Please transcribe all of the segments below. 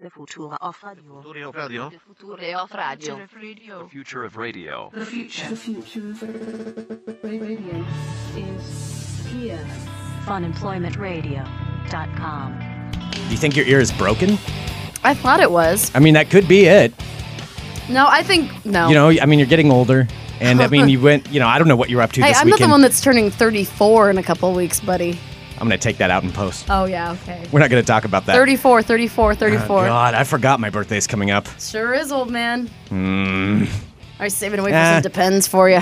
The future of radio. Future of radio. Future of Radio. The future of radio. The future. The future of radio is here. Funemploymentradio.com. Do you think your ear is broken? I thought it was. I mean, that could be it. No, I think no. You know, I mean, you're getting older, and I mean, you went. You know, I don't know what you're up to hey, this I'm not weekend. the one that's turning 34 in a couple weeks, buddy. I'm gonna take that out in post. Oh yeah, okay. We're not gonna talk about that. 34, 34, Oh, 34. God, I forgot my birthday's coming up. sure is, old man. Mm. Are you saving away for Ah. some depends for you?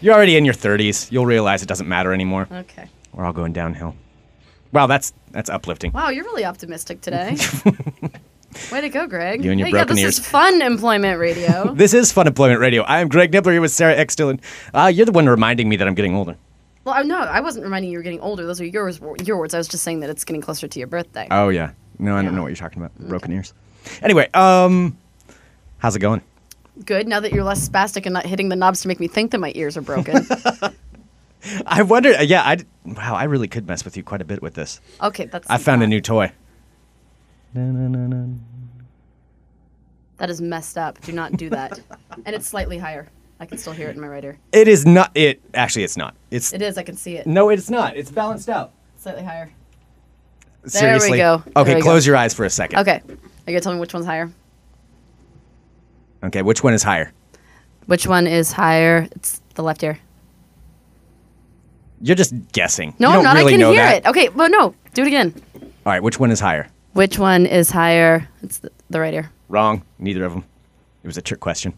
You're already in your 30s. You'll realize it doesn't matter anymore. okay. We're all going downhill. Wow, that's that's uplifting. Wow, you're really optimistic today. Way to go, Greg. You and your hey, yeah, broken this ears. is fun employment radio. This is Fun Employment Radio. I am Greg Nibbler here with Sarah X. Dillon. Uh, you're the one reminding me that I'm getting older. well, I- no, I wasn't reminding you you were getting older. Those are yours, your words. I was just saying that it's getting closer to your birthday. Oh, yeah. No, I don't know what you're talking about. Mm. Broken ears. Anyway, um, how's it going? Good. Now that you're less spastic and not hitting the knobs to make me think that my ears are broken. I wondered, uh, yeah, I, wow, I really could mess with you quite a bit with this. okay, that's. I found a new toy. That is messed up. Do not do that. and it's slightly higher. I can still hear it in my right ear. It is not, it, actually, it's not. It's, It is. I can see it. no, it's not. It's balanced out. Slightly higher. we Seriously. go. Okay, There we close your eyes for a second. Okay. Are you gonna tell me which one's higher? Okay, which one is higher? Which one is higher? It's the left ear. You're just guessing. No, you I'm don't not. Really I can know hear that. it. Okay, but no. Do it again. All right, which one is higher? Which one is higher? It's the, the right ear. Wrong. Neither of them. It was a trick question.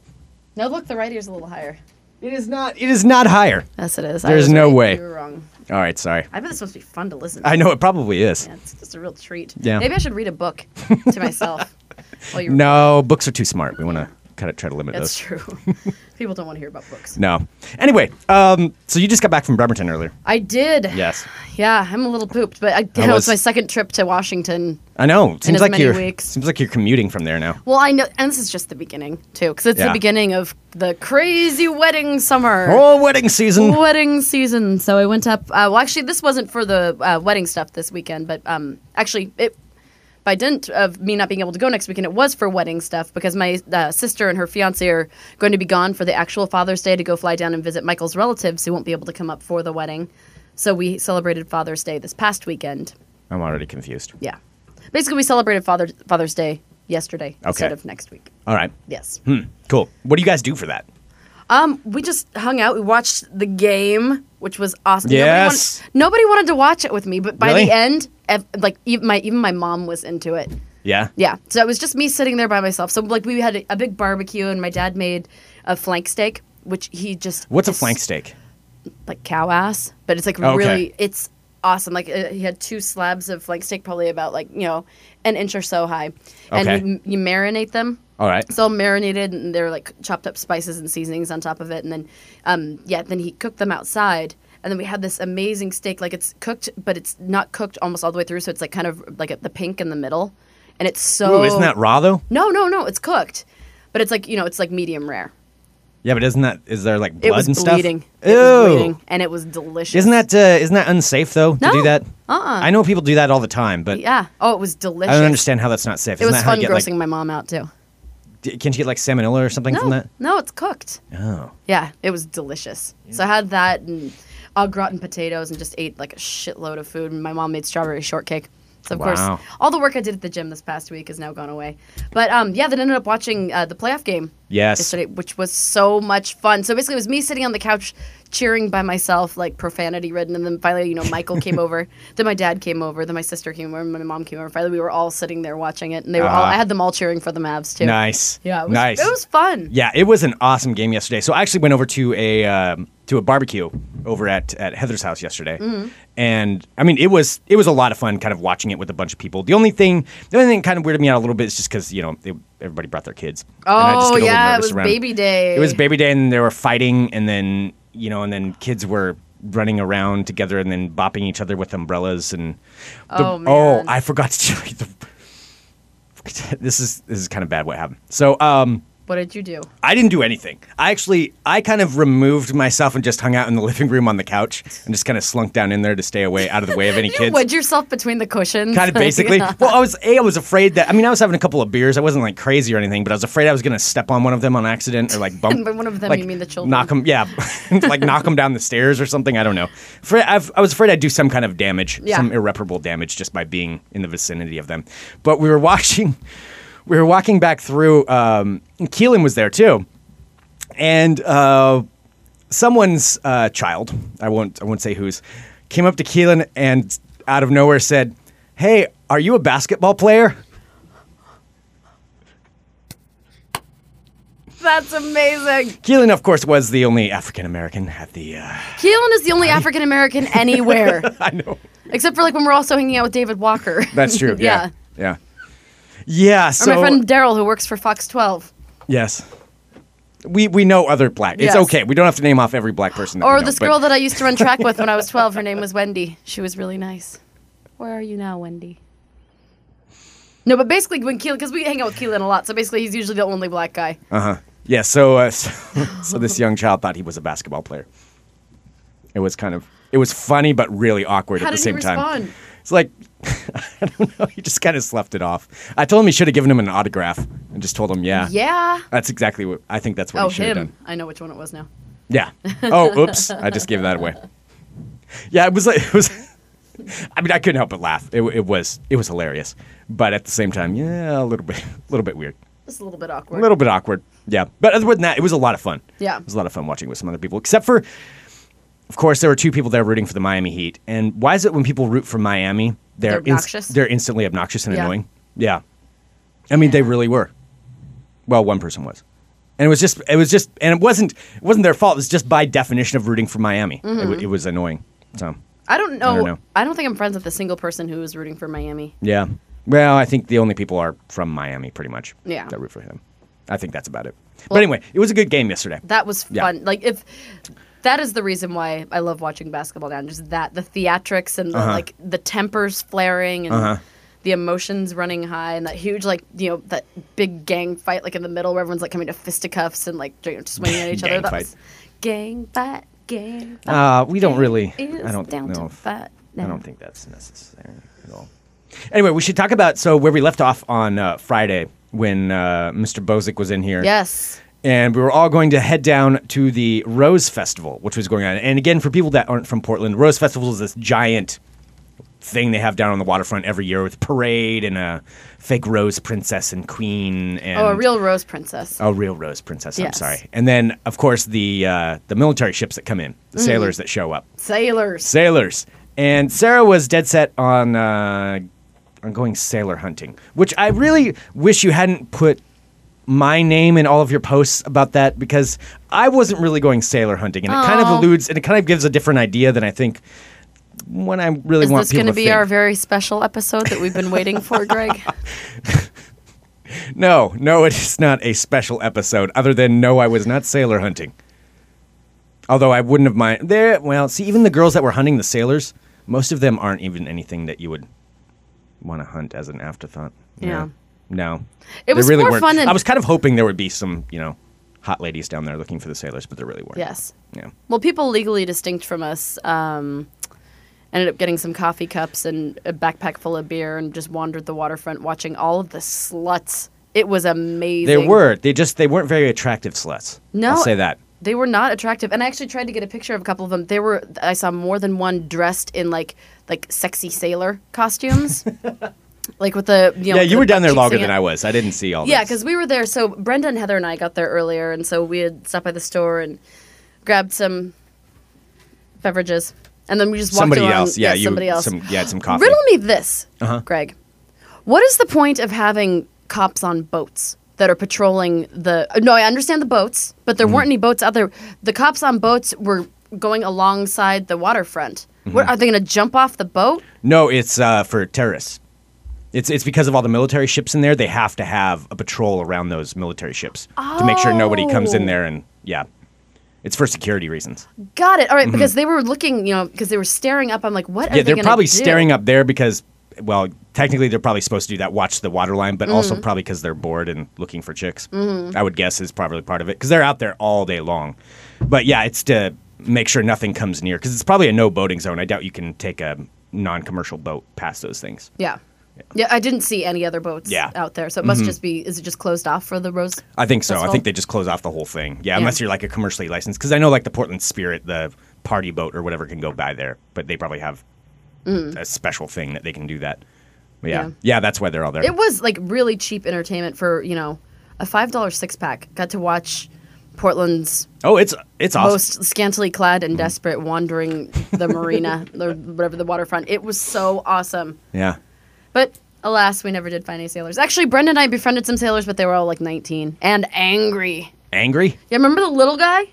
No, look, the right ear's a little higher. It is not. It is not higher. Yes, it is. I There's was no right. way. You were wrong. All right, sorry. I bet this must be fun to listen. to. I know it probably is. Yeah, it's just a real treat. Yeah. Maybe I should read a book to myself. while you No, books are too smart. We want to kind of try to limit that's those. true. People don't want to hear about books. No. Anyway, um, so you just got back from Bremerton earlier. I did. Yes. Yeah, I'm a little pooped, but I, I it was was- my second trip to Washington. I know. Seems as like many you're. weeks. Seems like you're commuting from there now. Well, I know, and this is just the beginning too, because it's Yeah. the beginning of the crazy wedding summer. Oh, wedding season. Wedding season. So I went up. Uh, well, actually, this wasn't for the uh, wedding stuff this weekend, but um, actually, it by dint of me not being able to go next weekend, it was for wedding stuff because my uh, sister and her fiance are going to be gone for the actual Father's Day to go fly down and visit Michael's relatives who won't be able to come up for the wedding. So we celebrated Father's Day this past weekend. I'm already confused. Yeah, basically, we celebrated Father Father's Day yesterday instead Okay. of next week. All right. Yes. Hmm. Cool. What do you guys do for that? Um, we just hung out. We watched the game, which was awesome. Yes. Nobody wanted, nobody wanted to watch it with me, but by Really? the end, ev- like even my even my mom was into it. Yeah. Yeah. So it was just me sitting there by myself. So like we had a, a big barbecue, and my dad made a flank steak, which he just What's a it's flank steak? Like cow ass, but it's like Oh, Okay. really it's awesome. Like uh, he had two slabs of flank steak, probably about like you know an inch or so high, Okay. and you, you marinate them. All right. So marinated, and they're like chopped up spices and seasonings on top of it, and then, um, yeah, then he cooked them outside, and then we had this amazing steak. Like it's cooked, but it's not cooked almost all the way through, so it's like kind of like at the pink in the middle, and it's so. Ooh, isn't that raw though? No, no, no, it's cooked, but it's like you know, it's like medium rare. Yeah, but isn't that is there like blood it was and stuff? bleeding. It Ew. was bleeding, and it was delicious. Isn't that uh, isn't that unsafe though to do No. that? Uh-uh. I know people do that all the time, but Yeah. Oh, it was delicious. I don't understand how that's not safe. It isn't was that how fun you get grossing like my mom out too. d- can't you get like salmonella or something No, from that? no, it's cooked. Oh. Yeah, it was delicious. So I had that and au gratin potatoes and just ate like a shitload of food. And my mom made strawberry shortcake. So of Wow. course, all the work I did at the gym this past week is now gone away. But um, yeah, then ended up watching uh, the playoff game Yes. yesterday, which was so much fun. So basically, it was me sitting on the couch cheering by myself, like profanity ridden. And then finally, you know, Michael came over. Then my dad came over. Then my sister came over. And my mom came over. Finally, we were all sitting there watching it, and they were all. Uh-huh. I had them all cheering for the Mavs too. Nice. Yeah, it was, nice. It was fun. yeah, it was an awesome game yesterday. So I actually went over to a um, to a barbecue over at, at Heather's house yesterday, Mm-hmm. and I mean it was it was a lot of fun, kind of watching it with a bunch of people. The only thing the only thing kind of weirded me out a little bit is just because you know they, everybody brought their kids. and I just get a Oh little yeah, it nervous was around- baby day. It was baby day, and they were fighting, and then you know, and then kids were running around together, and then bopping each other with umbrellas, and the- Oh, man. I forgot to. tell you the- this is this is kind of bad. What happened? So, um, What did you do? I didn't do anything. I actually, I kind of removed myself and just hung out in the living room on the couch and just kind of slunk down in there to stay away, out of the way of any You kids. wedge yourself between the cushions. Kind of basically. Well, I was a. I was afraid that. I mean, I was having a couple of beers. I wasn't like crazy or anything, but I was afraid I was going to step on one of them on accident or like bump. By one of them, like, you mean the children. Knock them. Yeah, like knock them down the stairs or something. I don't know. Afraid, I've, I was afraid I'd do some kind of damage, Yeah. some irreparable damage, just by being in the vicinity of them. But we were watching. We were walking back through. Um, Keelan was there too, and uh, someone's uh, child, I won't I won't say whose, came up to Keelan and out of nowhere said, "Hey, are you a basketball player?" That's amazing. Keelan, of course, was the only African American at the. Uh, Keelan is the only African American anywhere, I know except for like when we're also hanging out with David Walker. that's true. yeah. yeah, yeah, yeah. Or So my friend Daryl, who works for Fox 12. yes, we we know other black. Yes. It's okay. We don't have to name off every black person. That we Or know, this but- girl that I used to run track with when I was 12. Her name was Wendy. She was really nice. Where are you now, Wendy? No, but basically, when Keelan, because we hang out with Keelan a lot, so basically he's usually the only black guy. Yeah, so uh, so, so this young child thought he was a basketball player. It was kind of it was funny but really awkward How at the did he same time. respond? It's like I don't know, he just kind of sloughed it off. I told him he should have given him an autograph and just told him, "Yeah." yeah. That's exactly what I think that's what Oh, he should have done. him. I know which one it was now. Yeah. Oh, oops. I just gave that away. Yeah, it was like it was I mean, I couldn't help but laugh. It, it was it was hilarious, but at the same time, yeah, a little bit a little bit weird. Just a little bit A awkward. little bit awkward. Yeah. But other than that, it was a lot of fun. Yeah. It was a lot of fun watching with some other people, except for, of course, there were two people there rooting for the Miami Heat. And why is it when people root for Miami, they're, They're inst- obnoxious? they're instantly obnoxious and Yeah. annoying? Yeah. I mean, they really were. Well, one person was. And it was just, it was just, and it wasn't, it wasn't their fault. It was just by definition of rooting for Miami. It Mm-hmm. wa- It, was annoying. So, I don't know. I don't don't know. think I'm friends with a single person who is rooting for Miami. yeah. Well, I think the only people are from Miami, pretty much. Yeah. That root for him. I think that's about it. but anyway, it was a good game yesterday. That was Yeah. fun. Like if that is the reason why I love watching basketball now. Just that the theatrics and the, Uh-huh. like the tempers flaring and the emotions running high and that huge like you know that big gang fight like in the middle where everyone's like coming to fisticuffs and like you know, swinging at each other. Gang That fight. was gang fight. Gang. Fight. Uh, we don't really. is I don't down know. to if- fight I now. don't think that's necessary at all. Anyway, we should talk about so where we left off on uh, Friday when uh, Mr. Bozick was in here. Yes. And we were all going to head down to the Rose Festival, which was going on. And again, for people that aren't from Portland, Rose Festival is this giant thing they have down on the waterfront every year with parade and a fake rose princess and queen. And Oh, a real rose princess. Oh, real rose princess. I'm Yes. sorry. And then, of course, the uh, the military ships that come in, the Mm-hmm. sailors that show up, Sailors. sailors. And Sarah was dead set on uh, on going sailor hunting, which I really wish you hadn't put my name in all of your posts about that because I wasn't really going sailor hunting, and it kind of alludes and it kind of gives a different idea than I think when I really Is want this people going to to be think. our very special episode that we've been waiting for, Greg? No, no, it is not a special episode other than no, I was not sailor hunting. Although I wouldn't have mind there. Well, see, even the girls that were hunting the sailors, most of them aren't even anything that you would want to hunt as an afterthought. Yeah. No. They It was really more weren't. fun and- I was kind of hoping there would be some, you know, hot ladies down there looking for the sailors, but there really weren't. Yes. Yeah. Well, people legally distinct from us um, ended up getting some coffee cups and a backpack full of beer and just wandered the waterfront watching all of the sluts. It was amazing. They were. They just they weren't very attractive sluts. No. I'll say that. They were not attractive, and I actually tried to get a picture of a couple of them. They were. I saw more than one dressed in like like sexy sailor costumes, like with the you know. yeah, you the were down there butt cheeks longer hanging than out. I was. I didn't see all Yeah, this. because we were there. So Brenda and Heather and I got there earlier, and so we had stopped by the store and grabbed some beverages, and then we just walked somebody around. else. Yeah, you somebody else. Some, you had some coffee. Uh-huh. Riddle me this, Greg. What is the point of having cops on boats that are patrolling the? No, I understand the boats, but Mm-hmm. there weren't any boats out there. The cops on boats were going alongside the waterfront. Mm-hmm. What are they going to jump off the boat? No, it's uh, for terrorists. It's it's because of all the military ships in there. They have to have a patrol around those military ships to make sure nobody comes in Oh. there and yeah. It's for security reasons. Got it. All right, because they were looking, you know, because they were staring up. I'm like, what? Are Mm-hmm. yeah, they they're gonna probably do? staring up there because well, technically they're probably supposed to do that, watch the water line, but Mm-hmm. also probably because they're bored and looking for chicks. I would guess is probably part of it because they're out there all day long. But yeah, it's to make sure nothing comes near because it's probably a no boating zone. I doubt you can take a non-commercial boat past those things. Yeah. Yeah, I didn't see any other boats Yeah. Mm-hmm. out there, so it must just be. Is it just closed off for the Rose? I think so. I Festival? think they just close off the whole thing. Yeah, Yeah. unless you're like a commercially licensed. Because I know like the Portland Spirit, the party boat or whatever, can go by there, but they probably have a special thing that they can do that. But yeah. yeah, Mm. Yeah. that's why they're all there. It was like really cheap entertainment for you know a five dollar six pack. Got to watch Portland's oh, it's it's awesome. Mm-hmm. most scantily clad and desperate wandering the marina or whatever the waterfront. It was so awesome, yeah, but alas, we never did find any sailors. Actually, Brenda and I befriended some sailors, but they were all like nineteen and angry. angry. Yeah, remember the little guy?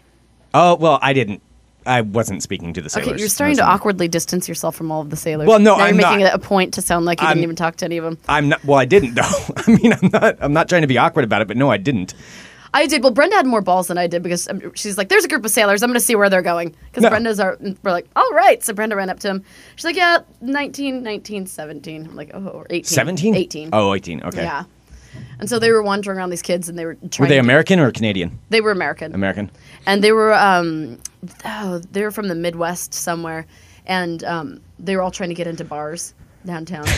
Oh well, I didn't. I wasn't speaking to the sailors. Okay, you're starting to Listen, awkwardly distance yourself from all of the sailors. Well, no, now I'm you're making not. it a point to sound like you I'm- didn't even talk to any of them. I'm not. Well, I didn't though. I mean, I'm not. I'm not trying to be awkward about it, but no, I didn't. I did. Well, Brenda had more balls than I did because um, she's like, "There's a group of sailors. I'm going to see where they're going." Because No. Brenda's are. and We're like, "All right." So Brenda ran up to him. She's like, "Yeah, 19, 19, 17." I'm like, "Oh, or 18." 17? 18. Oh, 18. Okay. Yeah. And so they were wandering around these kids, and they were trying. Were they to- American or Canadian? They were American. American. and they were um, oh, they were from the Midwest somewhere, and um, they were all trying to get into bars downtown.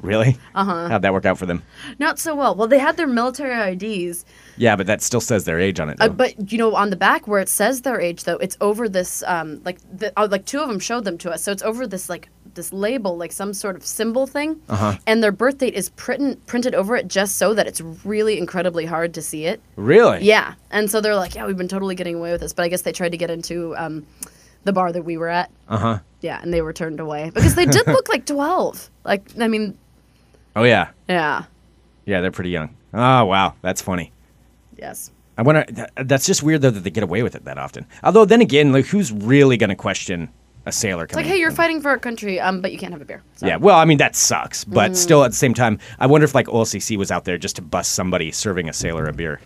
Really? Uh Uh-huh. huh. How'd that work out for them? Not so well. Well, they had their military IDs, Yeah, but that still says their age on it. Though. Uh, but you know, on the back where it says their age, though, it's over this um, like the, oh, like two of them showed them to us. So it's over this like this label, like some sort of symbol thing, Uh-huh. and their birth date is print- printed over it just so that it's really incredibly hard to see it. really? Yeah, and so they're like, yeah, we've been totally getting away with this, but I guess they tried to get into um, the bar that we were at. Uh huh. Uh-huh. Yeah, and they were turned away because they did look like twelve. Like I mean, Oh yeah. yeah, Yeah, they're pretty young. Oh wow, that's funny. yes. I wonder. th- That's just weird though that they get away with it that often. Although then again, like who's really gonna question a sailor It's like, coming? hey, you're fighting for our country, um, but you can't have a beer. So. Yeah, well, I mean that sucks, Mm. but still at the same time, I wonder if like OLCC was out there just to bust somebody serving a sailor a beer.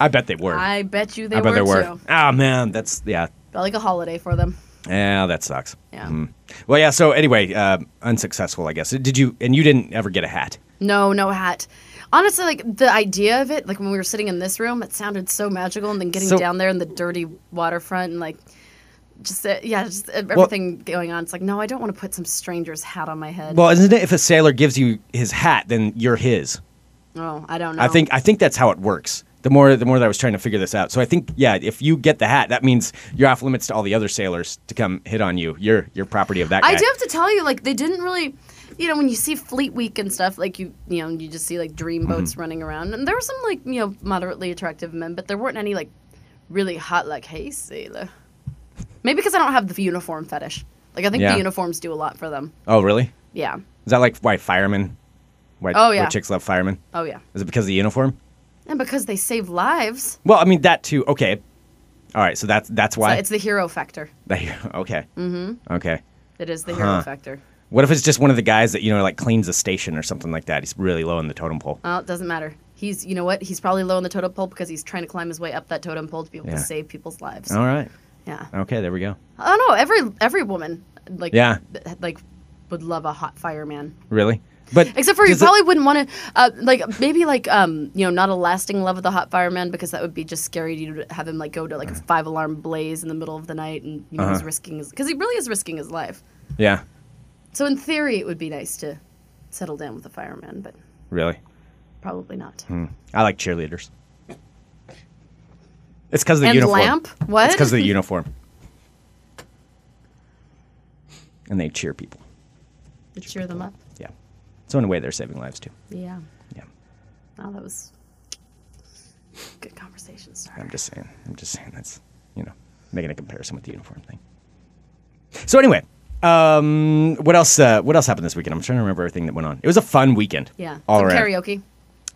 I bet they were. I bet you they I bet were they were. too. Ah man, that's yeah, Felt like a holiday for them. yeah, that sucks. Mm-hmm. Yeah. Well, yeah. So anyway, uh, unsuccessful, I guess. Did you? And you didn't ever get a hat? No, no hat. Honestly, like the idea of it, like when we were sitting in this room, it sounded so magical, and then getting So- down there in the dirty waterfront and like. Just uh, yeah, just uh, everything going on. It's like no, I don't want to put some stranger's hat on my head. Well, isn't it if a sailor gives you his hat, then you're his? oh, I don't know. I think I think that's how it works. The more the more that I was trying to figure this out. So I think yeah, if you get the hat, that means you're off limits to all the other sailors to come hit on you. You're you're property of that guy. I do have to tell you, like they didn't really, you know, when you see Fleet Week and stuff, like you, you know, you just see like dream boats Mm-hmm. running around, and there were some like you know moderately attractive men, but there weren't any like really hot like hey sailor. Maybe because I don't have the uniform fetish. Like I think Yeah. the uniforms do a lot for them. Oh really? Yeah. Is that like why firemen? Why, Oh, why yeah. chicks love firemen? Oh yeah. Is it because of the uniform? And because they save lives, Well, I mean that too. Okay. All right. So that's that's so why. it's the hero factor. okay. Mm-hmm. Okay. It is the hero Uh-huh. factor. What if it's just one of the guys that you know like cleans a station or something like that? He's really low on the totem pole. Oh, it doesn't matter. He's, you know what? He's probably low on the totem pole because he's trying to climb his way up that totem pole to be able Yeah. Oh. to save people's lives. All right. Yeah. Okay. There we go. I don't know. Every every woman like Yeah. th- like would love a hot fireman. Really. But Except for you does it- probably wouldn't want to uh, like maybe like um you know not a lasting love of the hot fireman because that would be just scary to you to have him like go to like a five alarm blaze in the middle of the night and you know Uh-huh. he's risking his because he really is risking his life. Yeah. So in theory it would be nice to settle down with a fireman, but Really. Mm. probably not. I like cheerleaders. It's because of the And uniform. lamp? What? It's because of the uniform. And they cheer people. To cheer them up. Yeah. So in a way, they're saving lives too. Yeah. Yeah. Oh, that was good conversation starter. I'm just saying. I'm just saying that's you know making a comparison with the uniform thing. So anyway, um, what else? Uh, what else happened this weekend? I'm trying to remember everything that went on. It was a fun weekend. Yeah. All Some around. karaoke.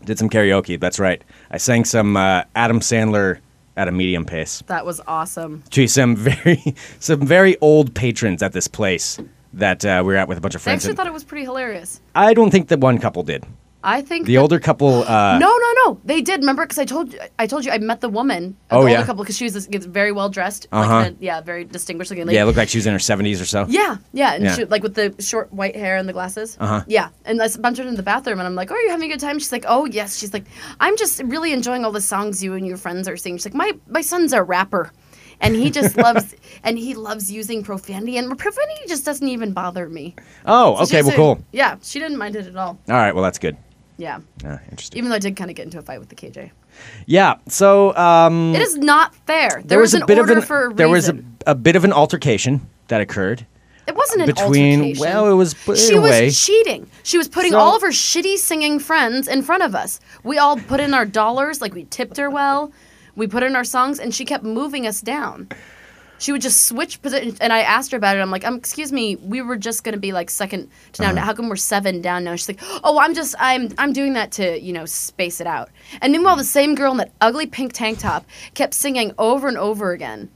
Did some karaoke. That's right. I sang some uh, Adam Sandler at a medium pace. That was awesome. to some very some very old patrons at this place that uh, we were at with a bunch of I friends. actually and thought it was pretty hilarious. I don't think that one couple did. I think The that- older couple. Uh, No, no, no. They did. Remember, because I told you, I told you, I met the woman. Of Oh, the yeah. Older couple, because she was this, gets very well dressed. Uh-huh. Like the, yeah, very distinguished looking lady. Yeah, it looked like she was in her 70s or so. Yeah, yeah, and Yeah. She, like with the short white hair and the glasses. Uh-huh. Yeah, and I s- bumped her in the bathroom, and I'm like, "Oh, are you having a good time?" She's like, "Oh, yes." She's like, "I'm just really enjoying all the songs you and your friends are singing." She's like, "My my son's a rapper, and he just loves and he loves using profanity, and profanity just doesn't even bother me." Oh, So she okay, well, said- cool. Yeah, she didn't mind it at all. All right, well, that's good. Yeah, Uh, interesting. even though I did kind of get into a fight with the KJ. yeah, so um, It is not fair. There, there was a an bit of order an for a there was a, reason. a bit of an altercation that occurred. It wasn't an between- altercation. well, it was- in she a way. was cheating. She was putting So- all of her shitty singing friends in front of us. We all put in our dollars, like we tipped her well. We put in our songs, and she kept moving us down. She would just switch position, and I asked her about it. I'm like, um, excuse me, we were just gonna be like second to now. How come we're seven down now? She's like, oh, I'm just, I'm, I'm doing that to, you know, space it out. And meanwhile, the same girl in that ugly pink tank top kept singing over and over again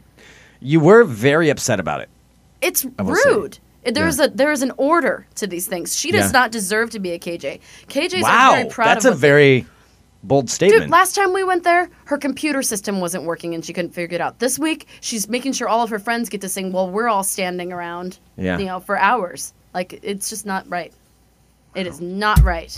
You were very upset about it. it's will say. rude. There's a there is an order to these things. She does Yeah. not deserve to be a KJ. KJs wow, are very proud that's a of what they- very bold statement. Dude, last time we went there, her computer system wasn't working and she couldn't figure it out. This week, she's making sure all of her friends get to sing while we're all standing around, Yeah. you know, for hours. Like it's just not right. It is not right.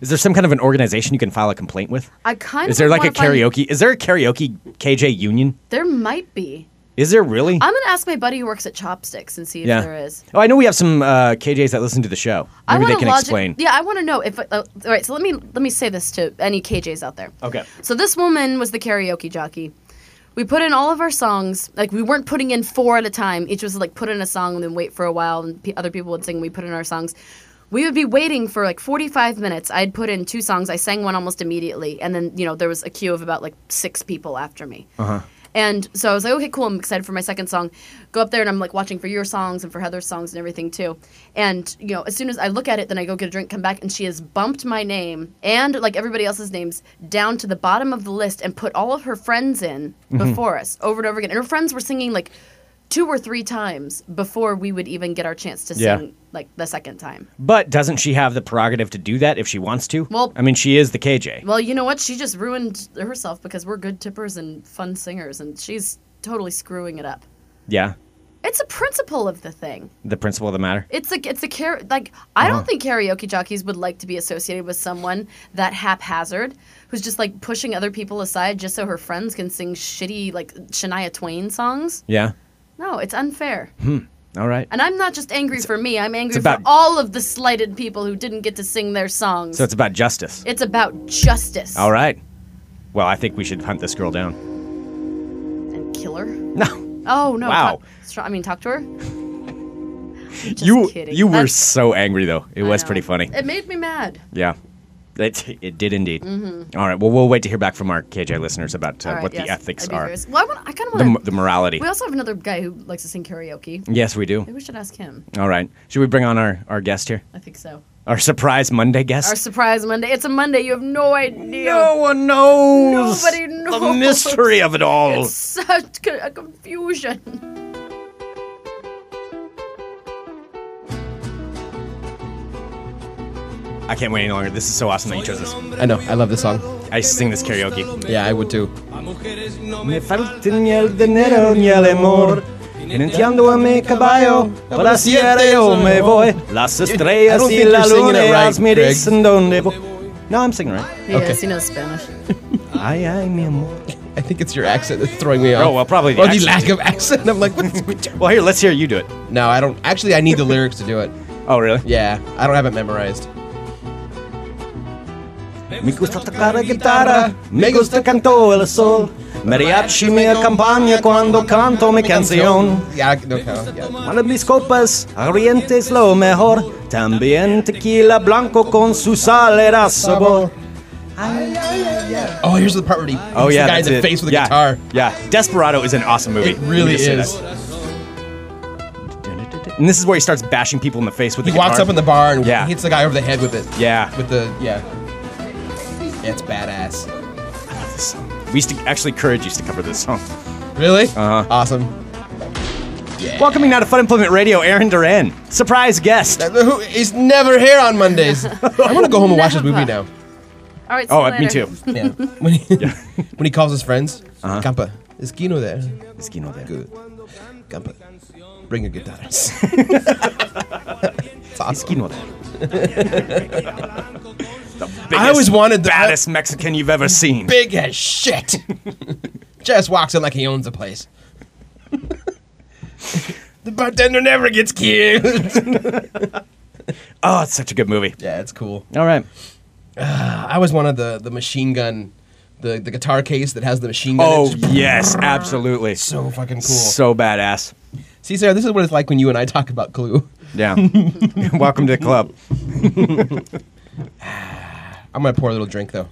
Is there some kind of an organization you can file a complaint with? I kind of Is there like a wanna find- karaoke? Is there a karaoke KJ union? There might be. Is there really? I'm gonna ask my buddy who works at Chopsticks and see Yeah. if there is. Oh, I know we have some uh, KJs that listen to the show. I Maybe they wanna can logic- explain. Yeah, I want to know if. Uh, all right, so let me let me say this to any KJs out there. Okay. So this woman was the karaoke jockey. We put in all of our songs. Like we weren't putting in four at a time. Each was like put in a song and then wait for a while, and p- other people would sing. We put in our songs. We would be waiting for like 45 minutes. I'd put in two songs. I sang one almost immediately, and then you know there was a queue of about like six people after me. Uh-huh. And so I was like, okay, cool. I'm excited for my second song. Go up there and I'm like watching for your songs and for Heather's songs and everything too. And you know, as soon as I look at it, then I go get a drink, come back, and she has bumped my name and like everybody else's names down to the bottom of the list and put all of her friends in before us over and over again. And her friends were singing like two or three times before we would even get our chance to Yeah. sing like the second time. But doesn't she have the prerogative to do that if she wants to? Well- I mean, she is the KJ. Well, you know what? She just ruined herself because we're good tippers and fun singers, and she's totally screwing it up. yeah, It's a principle of the thing. the principle of the matter. It's a it's a car- like I Uh-huh. don't think karaoke jockeys would like to be associated with someone that haphazard who's just like pushing other people aside just so her friends can sing shitty like Shania Twain songs. Yeah. No, it's unfair. All right. And I'm not just angry for me. I'm angry Hmm. about- for all of the slighted people who didn't get to sing their songs. So it's about justice. it's about justice. All right. Well, I think we should hunt this girl down. And kill her. No, Oh no. Wow. talk- str- I mean, talk to her. Just you kidding. you were That's- so angry though. It I was know. pretty funny. It made me mad. Yeah. It, it did indeed. Mm-hmm. right. Well, we'll wait to hear back from our KJ listeners about uh, All right, what yes, the ethics I'd be are, curious. Well, I, wanna- I kind of the, want m- the morality. We also have another guy who likes to sing karaoke. yes, we do. Maybe we should ask him. All right. Should we bring on our, our guest here? I think so. Our surprise Monday Our guest? surprise Monday. It's a Monday. You have no idea. no one knows. Nobody The knows. mystery of it all. It's such co- a confusion. I can't wait any longer. This is so awesome that you chose this. I know. I love this song. I used to sing this karaoke. Yeah, I would too. Me falten el dinero ni el amor. Y no entiendo a mi caballo, pero así era yo me voy. Las estrellas don't y think la you're singing luna it right, me Greg. dicen dónde voy. No, I'm singing right. Yeah, he knows Spanish. Ay, ay, mi amor. I think it's your accent that's throwing me off. Oh, well, probably the Or the accent. lack of accent. I'm like, what's Well, here, let's hear you do it. No, I don't. Actually, I need the lyrics to do it. Oh, really? Yeah, I don't have it memorized. Me gusta tocar la guitarra, me gusta canto el sol. Mariachi me acompaña cuando canto mi canción. Yeah, I- no, no, yeah. Para mis copas, ardiente es lo mejor. También tequila blanco con su sal era sabor. Oh, here's the part where he hits Oh yeah, the guy in that's the it. face with the yeah. guitar. Yeah, Desperado is an awesome movie. It Let me really just say is. that. And this is where he starts bashing people in the face with He the guitar. walks up in the bar and Yeah. hits the guy over the head with it. Yeah. With the yeah. Yeah, it's badass. We used to actually Courage used to cover this song. Really? Uh-huh. Awesome. Welcoming now to Fun Employment Radio, Aaron Duran, surprise guest. Uh, Who is never here on Mondays? I want to go home and watch this movie now. All right. see Oh, uh, you me later. too. Yeah. When he, when he calls his friends, Uh-huh. Kampa, is Kino there? Is Kino there? Good. Kampa, bring your guitars. It's Is awesome. Kino there? the biggest, I always wanted the baddest Mexican you've ever seen. big as shit. Just walks in like he owns the place. the bartender never gets cute. Oh, it's such a good movie. yeah, it's cool. All right. I always wanted the the machine gun, the the guitar case that has the machine gun. Oh It's yes, absolutely. so fucking cool. So badass. See, Sarah, this is what it's like when you and I talk about Clue. Yeah. Welcome to the club. I'm gonna pour a little drink though.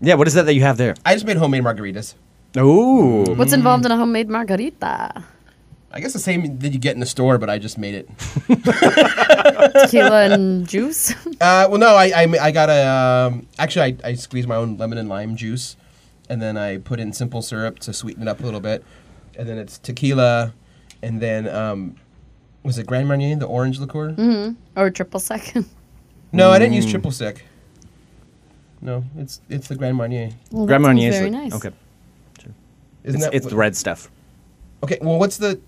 Yeah. What is that that you have there? I just made homemade margaritas. Ooh. What's involved in a homemade margarita? I guess the same that you get in the store, but I just made it. Tequila and juice. Uh, well, no, I, I, I got a. Um, actually, I, I squeezed my own lemon and lime juice, and then I put in simple syrup to sweeten it up a little bit, and then it's tequila, and then um, was it Grand Marnier, the orange liqueur? or triple second. No, I didn't use triple sec. No, it's it's the Grand Marnier. Well, Grand that sounds Marnier is Very the- nice. Okay. Isn't It's, that it's what- the red stuff. Okay, well, what's the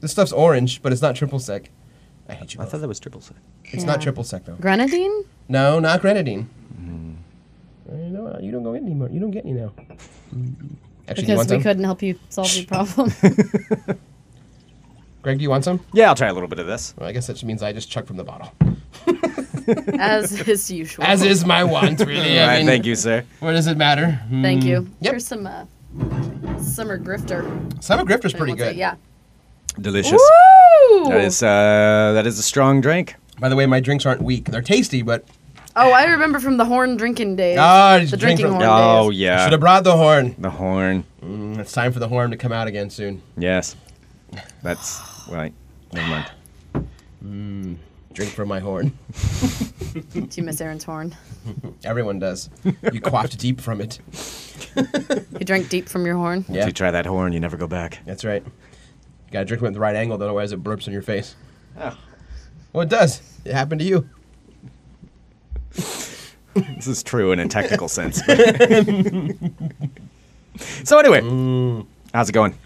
the stuff's orange, but it's not triple sec. I hate you. I both. thought that was triple sec. It's not Yeah. triple sec though. Grenadine. No, not grenadine. You know, you don't go in anymore. You don't get any now. Mm-hmm. Actually, do you Because want we some? couldn't help you solve your problem. Greg, do you want some? Yeah, I'll try a little bit of this. Well, I guess that just means I just chuck from the bottle. as is usual. As is my want, really. All I right. mean, Thank you, sir. What does it matter? Hmm. Thank you. Yep. Here's some uh, summer grifter. Summer Grifter's pretty What's it? good. Yeah. Delicious. Woo! That is uh, that is a strong drink. By the way, my drinks aren't weak. They're tasty, but Oh, I remember from the horn drinking days. Ah, the just drink drinking horn from- Oh days. I yeah. should have brought the horn. the horn. Mm, It's time for the horn to come out again soon. Yes. That's right. Never mind. Drink from my horn. Do you miss Aaron's horn? Everyone does. You quaffed deep from it. You drank deep from your horn. If Yeah, you try that horn, you never go back. that's right. You gotta drink it at the right angle, otherwise it burps in your face. Well, it does. It happened to you. This is true in a technical sense. so anyway, Mm. how's it going?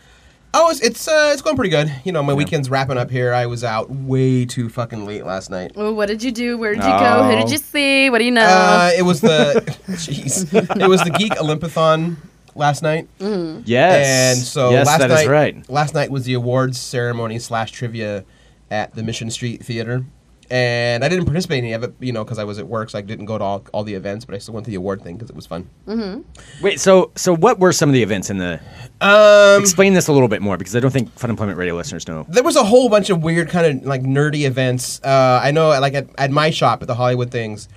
Oh, it's it's, uh, it's going pretty good. You know, my weekend's wrapping up here. I was out way too fucking late last night. Oh, what did you do? Where did you go? Who Oh. did you see? What do you know? Uh, it was the jeez. It was the Geek Olympiathon last night, Yes. and so yes, last that night is right. last night was the awards ceremony slash trivia at the Mission Street Theater, and I didn't participate in any of it, you know, because I was at work, so I didn't go to all, all the events, but I still went to the award thing because it was fun. Wait, so so what were some of the events in the? Um, Explain this a little bit more because I don't think Fun Employment Radio listeners know. there was a whole bunch of weird kind of like nerdy events. Uh, I know, like at, at my shop at the Hollywood things,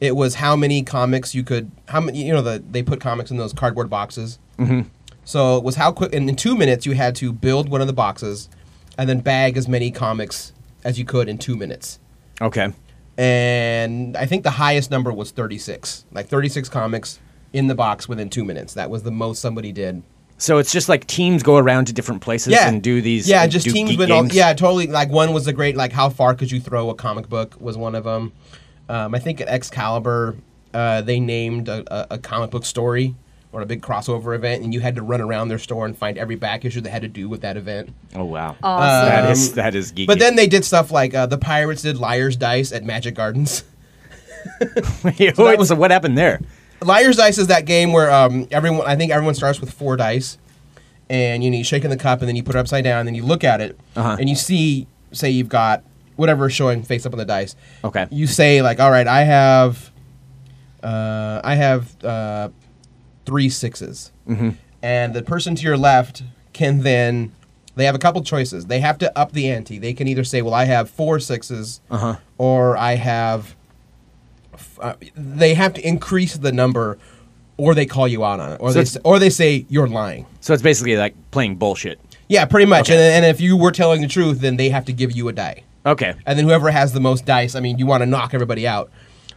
it was how many comics you could, how many you know the they put comics in those cardboard boxes. Mm-hmm. So it was how quick and in two minutes you had to build one of the boxes, and then bag as many comics as you could in two minutes. Okay. And I think the highest number was thirty six, like thirty six comics in the box within two minutes. That was the most somebody did. So it's just like teams go around to different places and do these. Yeah, and just do teams geek with all. games? Yeah, totally. Like one was the great. Like how far could you throw a comic book was one of them. Um, I think at Excalibur, uh, they named a, a, a comic book story or a big crossover event, and you had to run around their store and find every back issue that had to do with that event. Oh wow. Awesome. that is that is geeky. But then they did stuff like uh, the pirates did liars dice at Magic Gardens. Wait, that was- so what happened there? Liar's Dice is that game where um, everyone, I think everyone starts with four dice, and you know you shake in the cup, and then you put it upside down, and then you look at it, Uh-huh. and you see, say you've got whatever is showing face up on the dice. Okay. You say like, all right, I have, uh, I have uh, three sixes. Mm-hmm. and the person to your left can then. They have a couple choices. They have to up the ante. They can either say, "Well, I have four sixes, Uh-huh. or I have uh, they have to increase the number, or they call you out on it, or So they it's- s- or they say you're lying. So it's basically like playing bullshit. Yeah, pretty much. And, and if you were telling the truth, then they have to give you a die, Okay. and then whoever has the most dice, I mean, you want to knock everybody out.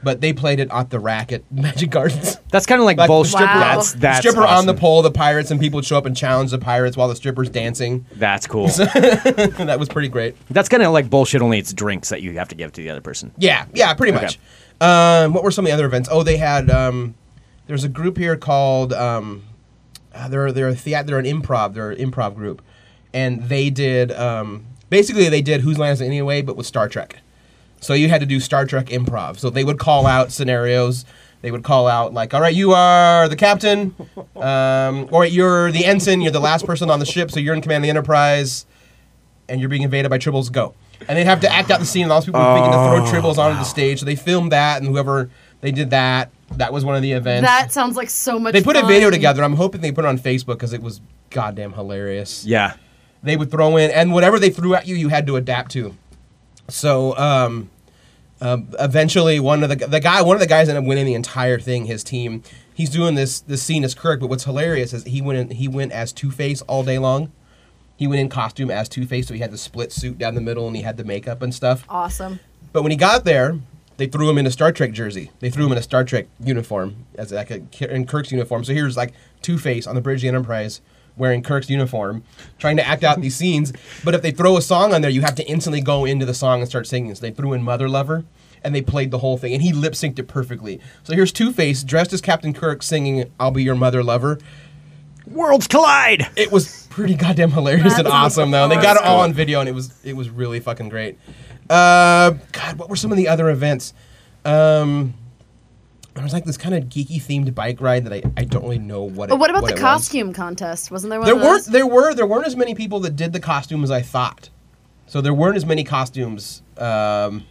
but they played it off the rack at Magic Gardens. That's kind of like, Like bull the stripper. Wow. That's The that's stripper on the awesome. pole, the pirates, and people would show up and challenge the pirates while the stripper's dancing. That's cool. that was pretty great. that's kind of like bullshit. Only it's drinks that you have to give to the other person. Yeah, yeah, pretty Okay. much. Um, what were some of the other events? Oh, they had um, there's a group here called um, uh, they're they're a thea- they're an improv they're an improv group, and they did um, basically they did Whose Line Is It Anyway, but with Star Trek. So you had to do Star Trek improv. So they would call out scenarios. They would call out like, "All right, you are the captain, um, or you're the ensign. You're the last person on the ship, so you're in command of the Enterprise, and you're being invaded by tribbles. Go!" And they'd have to act out the scene, and all those people were thinking to throw tribbles onto the stage. So they filmed that, and whoever they did that, that was one of the events. That sounds like so much. uh, they put a fun. video together. I'm hoping they put it on Facebook because it was goddamn hilarious Yeah. they would throw in, and whatever they threw at you, you had to adapt to. So um, um, eventually, one of the the guy, one of the guys, ended up winning the entire thing. His team, he's doing this. This scene is correct, but what's hilarious is he went in, he went as Two Face all day long. He went in costume as Two Face, so he had the split suit down the middle, and he had the makeup and stuff. Awesome. But when he got there, they threw him in a Star Trek jersey. They threw him in a Star Trek uniform, as like a, in Kirk's uniform. So here's like Two Face on the bridge of the Enterprise wearing Kirk's uniform, trying to act out these scenes. But if they throw a song on there, you have to instantly go into the song and start singing. So they threw in Mother Lover. And they played the whole thing, and he lip synced it perfectly. So here's Two Face dressed as Captain Kirk singing "I'll Be Your Mother Lover." Worlds collide. It was pretty goddamn hilarious and That's awesome, though. They got it all on video, and it was it was really fucking great. Uh, God, what were some of the other events? Um, there was like this kind of geeky themed bike ride that I, I don't really know what. It, But what about it the was. costume contest? Wasn't there one? There of those? weren't there were there weren't as many people that did the costume as I thought. So there weren't as many costumes. Um,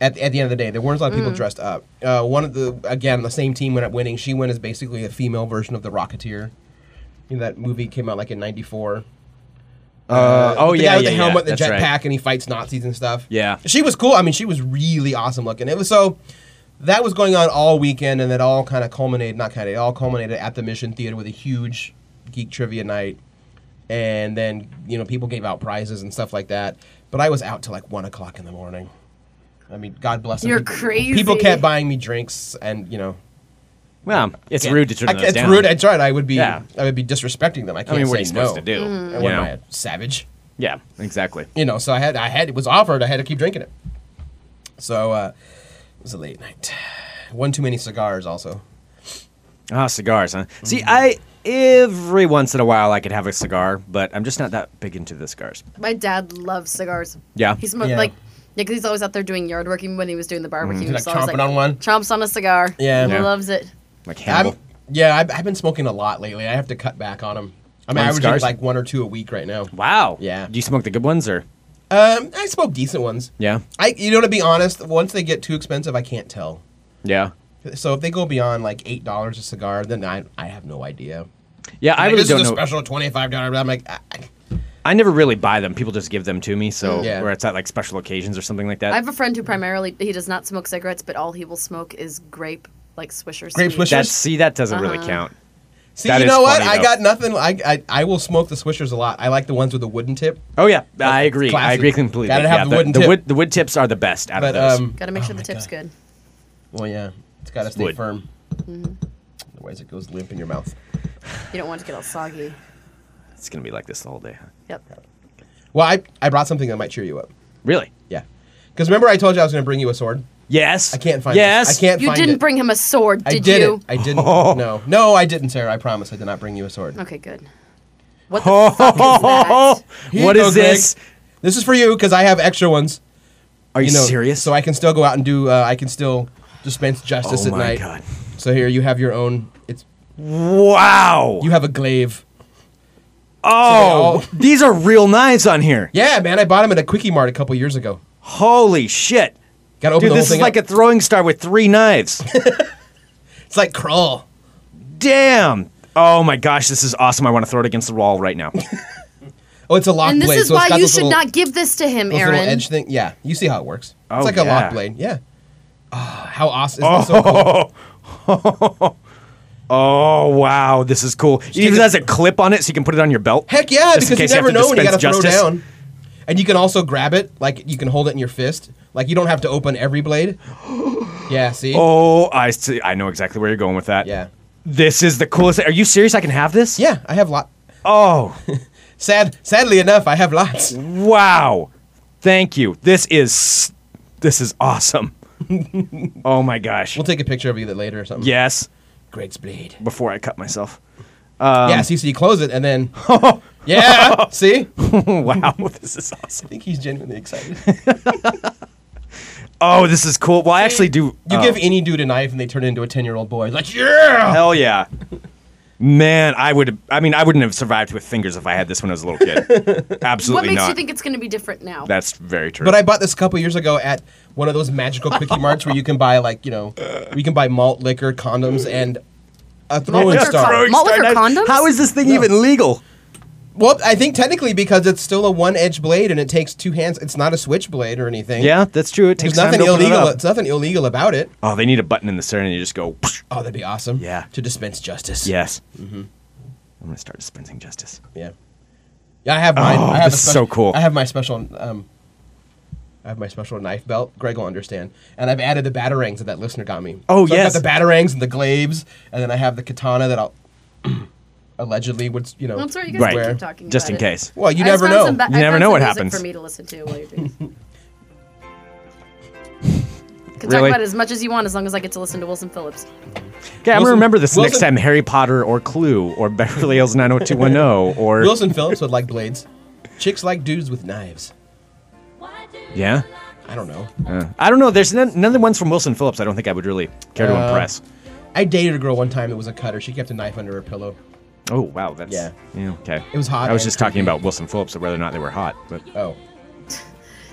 at, at the end of the day, there weren't a lot of Mm. people dressed up. Uh, one of the again the same team went up winning. She went as basically a female version of the Rocketeer. You know, that movie came out like in '94. Uh, oh the yeah, guy with yeah, the yeah. helmet, That's the jetpack, right. and he fights Nazis and stuff. Yeah. she was cool. I mean, she was really awesome looking. It was so that was going on all weekend, and it all kind of culminated. Not kind of, it all culminated at the Mission Theater with a huge geek trivia night, and then you know people gave out prizes and stuff like that. But I was out till like one o'clock in the morning. I mean, God bless. them. You're People- crazy. People kept buying me drinks, and you know, Well, it's rude to turn I, those it's down. rude. That's right. I would be, Yeah. I would be disrespecting them. I I can't mean, say what are you supposed no. to do? And You what am I, know? a savage? Yeah, exactly. you know, so I had, I had, it was offered. I had to keep drinking it. So uh, it was a late night. One too many cigars, also. Ah, cigars, huh? Mm. See, I every once in a while I could have a cigar, but I'm just not that big into the cigars. My dad loves cigars. Yeah. He smoked Yeah. like yeah, 'cause he's always out there doing yard work. Even when he was doing the barbecue, he He's, was like, always chomping on one. Chomps on a cigar. Yeah. He Yeah. loves it. Like I'm, Hannibal. yeah, I've, I've been smoking a lot lately. I have to cut back on them. I'm On averaging cigars? like one or two a week right now. wow. Yeah. Do you smoke the good ones or? Um, I smoke decent ones. Yeah. I, you know, to be honest, once they get too expensive, I can't tell. Yeah. So if they go beyond like eight dollars a cigar, then I, I have no idea. Yeah, I Like, really this don't is know. a special twenty five dollar. I'm like, I, I- I never really buy them. People just give them to me. So, Yeah. where it's at like special occasions or something like that. I have a friend who primarily he does not smoke cigarettes, but all he will smoke is grape like Swisher. Grape sweet. Swisher? that see that doesn't really count. see, That you is know what? funny, I though. got nothing. I, I, I will smoke the swishers a lot. I like the ones with the wooden tip. Oh yeah, I agree. I classy. agree completely. Gotta have yeah, the wooden tip. wood the wood tips are the best out But of those. um, Gotta make oh sure the my tip's God. good. Well, yeah, it's got to stay wood. firm. Mm-hmm. Otherwise, it goes limp in your mouth. You don't want it to get all soggy. it's gonna be like this the whole day. huh? Yep. Well, I, I brought something that might cheer you up. Really? Yeah, because remember I told you I was going to bring you a sword. Yes. I can't find. Yes. It. I can't You find didn't it. bring him a sword, I did, did you? it. I didn't. No, no, I didn't, Sarah. I promise, I did not bring you a sword. Okay, good. What the fuck is that? Here you What go, is Greg. this? This is for you because I have extra ones. Are you, know, serious? So I can still go out and do. Uh, I can still dispense justice Oh at my night. God. So here you have your own. It's wow. you have a glaive. oh, so they these are real knives on here. Yeah, man, I bought him at a quickie mart a couple years ago. Holy shit. Got to open Dude, the whole this thing is like up. a throwing star with three knives. it's like crawl. Damn. Oh my gosh, this is awesome. I want to throw it against the wall right now. Oh, it's a lock And this blade. is so it's why got you this should little- not give this to him, Those Aaron. little edge thing. Yeah, you see how it works. Oh, it's like a yeah. lock blade. Yeah. Ah, how awesome! Isn't that so cool? Oh wow, this is cool. It even take a- has a clip on it so you can put it on your belt. Heck yeah! Just in because you case have never to know when you gotta dispense throw justice. down. And you can also grab it, like you can hold it in your fist. Like you don't have to open every blade. Yeah, see? Oh, I see. I know exactly where you're going with that. Yeah. This is the coolest. Are you serious? I can have this? Yeah, I have lot. Oh, Sad, sadly enough, I have lots. wow. Thank you. This is this is awesome. oh my gosh. We'll take a picture of you that later or something. yes, Great Spade. before I cut myself. Um. yeah, see, so you close it and then. yeah, see? I wow, this is awesome. think he's genuinely excited. Oh, this is cool. Well, I actually do. You oh, give any dude a knife and they turn it into a 10 year old boy. Like, yeah! Hell yeah. Man, I would. I mean, I wouldn't have survived with fingers if I had this when I was a little kid. What Absolutely makes not. you think it's going to be different now? That's very true. But I bought this a couple years ago at one of those magical quickie marts where you can buy, like, you know, you can buy malt, liquor, condoms, and a throwing liquor, star. Malt liquor condoms? How is this thing No. even legal? Well, I think technically because it's still a one edge blade and it takes two hands, it's not a switchblade or anything. Yeah, that's true. It There's takes time nothing to open it illegal. up. It's nothing illegal about it. Oh, they need a button in the center, and you just go. Oh, that'd be awesome. Yeah. To dispense justice. Yes. Mm-hmm. I'm gonna start dispensing justice. Yeah. Yeah, I have mine. Oh, I have this is spec- so cool. I have my special. Um, I have my special knife belt. Greg will understand. And I've added the batarangs that that listener got me. Oh, so yes. I've got the batarangs and the glaives, and then I have the katana that I'll allegedly would you know. That's where you guys Right. can Where- keep talking Just about in it. case. Well, you I just never found know. some ba- I You never found know some what music happens. For me to listen to while you're doing. this. Can Really? talk about it as much as you want, as long as I get to listen to Wilson Phillips. Okay, I'm gonna Wilson- remember this next Wilson- time Harry Potter or Clue or Beverly Hills 90210 or Wilson Phillips would like blades. Chicks like dudes with knives. yeah. Uh, I don't know. I don't know. There's none, none of the ones from Wilson Phillips. I don't think I would really care to Uh, impress. I dated a girl one time that was a cutter. She kept a knife under her pillow. Oh wow, that's yeah. okay. It was hot I was and just talking about Wilson Phillips, whether or not they were hot. But Oh,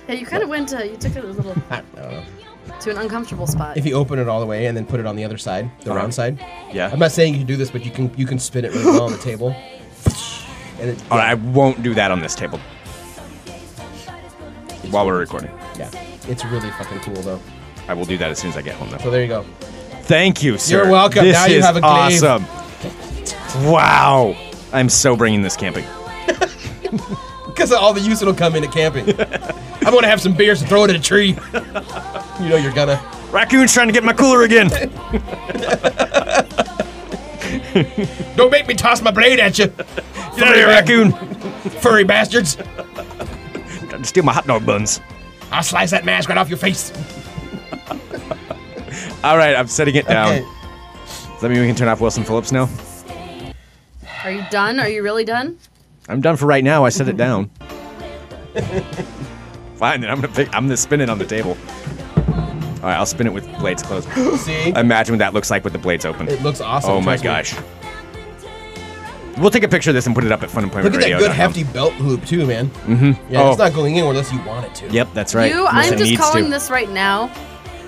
Yeah, you kind of went. Uh, you took it a little I, I don't know. to an uncomfortable spot. If you open it all the way and then put it on the other side, the Uh-huh. round side. yeah, I'm not saying you can do this, but you can you can spin it really well on the table. And it, All right, I won't do that on this table while we're recording. yeah, it's really fucking cool though. I will do that as soon as I get home, though. So there you go. Thank you, sir. You're welcome. This Now you is have a glaive. awesome. Wow, I'm so bringing this camping. Because all the use it'll come into camping. I'm gonna have some beers and throw it at a tree. you know you're gonna. Raccoon's trying to get my cooler again. Don't make me toss my blade at you, Get out of here, raccoon! furry bastards. Trying to steal my hot dog buns. I'll slice that mask right off your face. All right, I'm setting it down. Okay. Does that mean we can turn off Wilson Phillips now? Are you done? Are you really done? I'm done for right now. I set it down. Fine, then I'm gonna pick, I'm gonna spin it on the table. All right, I'll spin it with blades closed. See, Imagine what that looks like with the blades open. it looks awesome. oh my trust me. gosh. We'll take a picture of this and put it up at funemploymentradio.com. Look at that good hefty belt hoop too, man. Mm-hmm. Yeah, it's Oh. not going anywhere unless you want it to. Yep, that's right. You, I'm Wilson just needs calling to. this right now.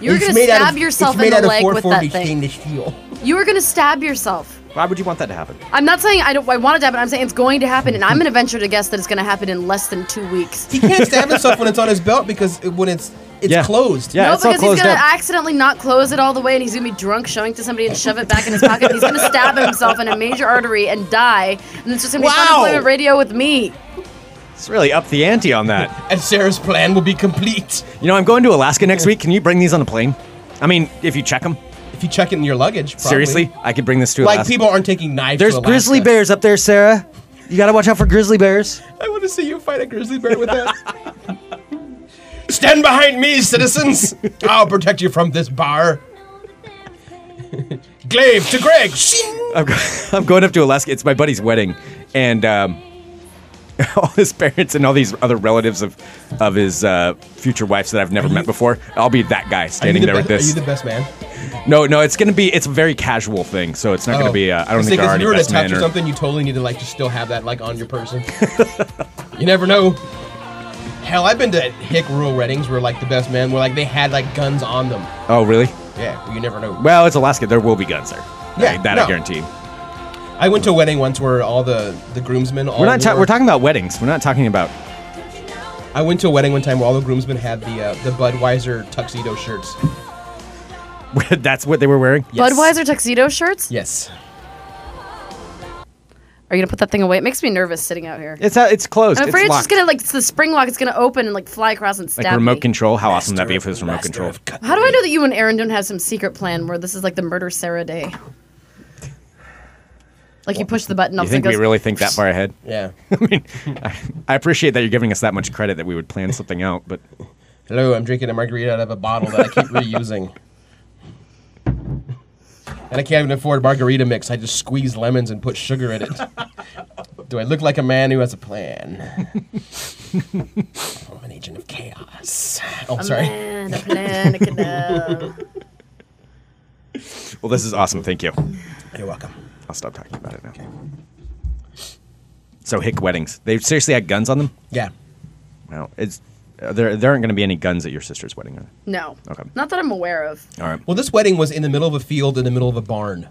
You were It's gonna made out stab of- yourself it's made in the out of leg with that 440 thing. stainless steel. You were gonna stab yourself. Why would you want that to happen? I'm not saying I don't. I want it to happen. I'm saying it's going to happen, and I'm gonna venture to guess that it's gonna happen in less than two weeks. He can't stab himself when it's on his belt because it- when it's it's Yeah. closed. Yeah, no, it's all because he's closed gonna up. accidentally not close it all the way, and he's gonna be drunk, showing it to somebody, and shove it back in his pocket. and he's gonna stab himself in a major artery and die, and it's just gonna be Wow. fun employment radio with me. It's really up the ante on that. And Sarah's plan will be complete. you know, I'm going to Alaska next week. Can you bring these on a plane? I mean, if you check them. If you check it in your luggage, probably. Seriously, I could bring this to Like Alaska. people aren't taking knives. There's to Alaska. grizzly bears up there, Sarah. You gotta watch out for grizzly bears. I want to see you fight a grizzly bear with that. Stand behind me, citizens. I'll protect you from this bar. Glaive to Greg. Shing. I'm, go- I'm going up to Alaska. It's my buddy's wedding, and um, all his parents and all these other relatives of of his uh, future wives that I've never met before. I'll be that guy Are you standing the there with best- this. Are you the best man? no, no, it's gonna be it's a very casual thing, so it's not gonna Oh. be. Uh, I don't was think thinking they're if already you were in a best touch men. or Or, something, you totally need to like just still have that like on your person. you never know. Hell, I've been to hick rural weddings where like the best man where like they had like guns on them. oh, really? Yeah, well, you never know. Well, it's Alaska. There will be guns there. Yeah, I- that I no. guarantee. I went to a wedding once where all the the groomsmen all We're not. Ta- wore- we're talking about weddings. We're not talking about. I went to a wedding one time where all the groomsmen had the uh, the Budweiser tuxedo shirts. That's what they were wearing. Yes. Budweiser tuxedo shirts. Yes. Are you gonna put that thing away? It makes me nervous sitting out here. It's uh, it's closed. I'm afraid it's, it's just gonna like it's the spring lock. It's gonna open and like fly across and stab like remote me. control. How awesome would that be if it was remote Master control? of cut- How do I know that you and Aaron don't have some secret plan where this is like the murder Sarah day? Like you push the button, You off it think goes. we really think that far ahead? Yeah. I appreciate that you're giving us that much credit that we would plan something out, but Hello, I'm drinking a margarita out of a bottle that I keep reusing. And I can't even afford margarita mix. I just squeeze lemons and put sugar in it. Do I look like a man who has a plan? I'm an agent of chaos. Oh, sorry. Man, a plan, a canal. well, this is awesome. Thank you. You're welcome. I'll stop talking about it now. So hick weddings. They seriously had guns on them. Yeah. No, it's uh, there. There aren't going to be any guns at your sister's wedding. Are there? No, Okay. not that I'm aware of. All right. Well, this wedding was in the middle of a field, in the middle of a barn.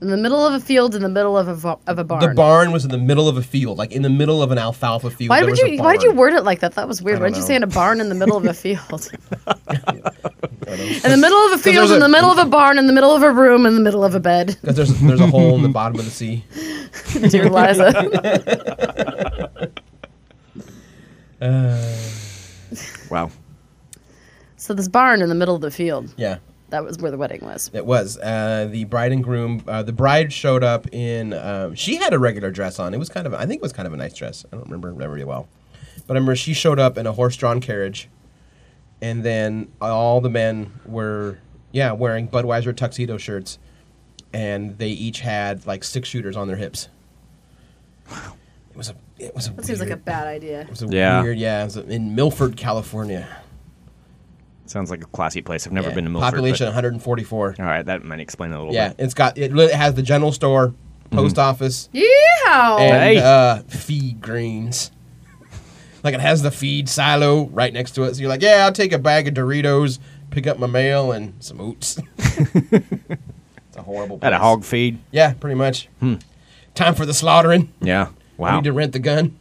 In the middle of a field, in the middle of a vo- of a barn. The barn was in the middle of a field, like in the middle of an alfalfa field. Why there would was a you? Why did you barn. word it like that? That was weird. I Why don't did you know. say in a barn in the middle of a field? in the middle of a field, there's in a- the middle of a barn, in the middle of a room, in the middle of a bed. 'Cause There's, there's a hole in the bottom of the sea. Dear Liza. Wow. so this barn in the middle of the field. Yeah. That was where the wedding was. It was uh, the bride and groom. Uh, the bride showed up in. Um, she had a regular dress on. It was kind of. I think it was kind of a nice dress. I don't remember very well, but I remember she showed up in a horse-drawn carriage, and then all the men were yeah wearing Budweiser tuxedo shirts, and they each had like six shooters on their hips. It was a. It was a. That seems like a bad idea. It was a Yeah. weird. Yeah. It was in Milford, California. Sounds like a classy place. I've never Yeah, been to Milford. but- population 144. all right, that might explain a little Yeah, bit. it's got it. li- has the general store, post office, Yeah. and Hey. uh, feed greens. Like it has the feed silo right next to it. So you're like, yeah, I'll take a bag of Doritos, pick up my mail, and some oats. it's a horrible. At a place. hog feed. Yeah, pretty much. Time for the slaughtering. Yeah. I Wow. need to rent the gun.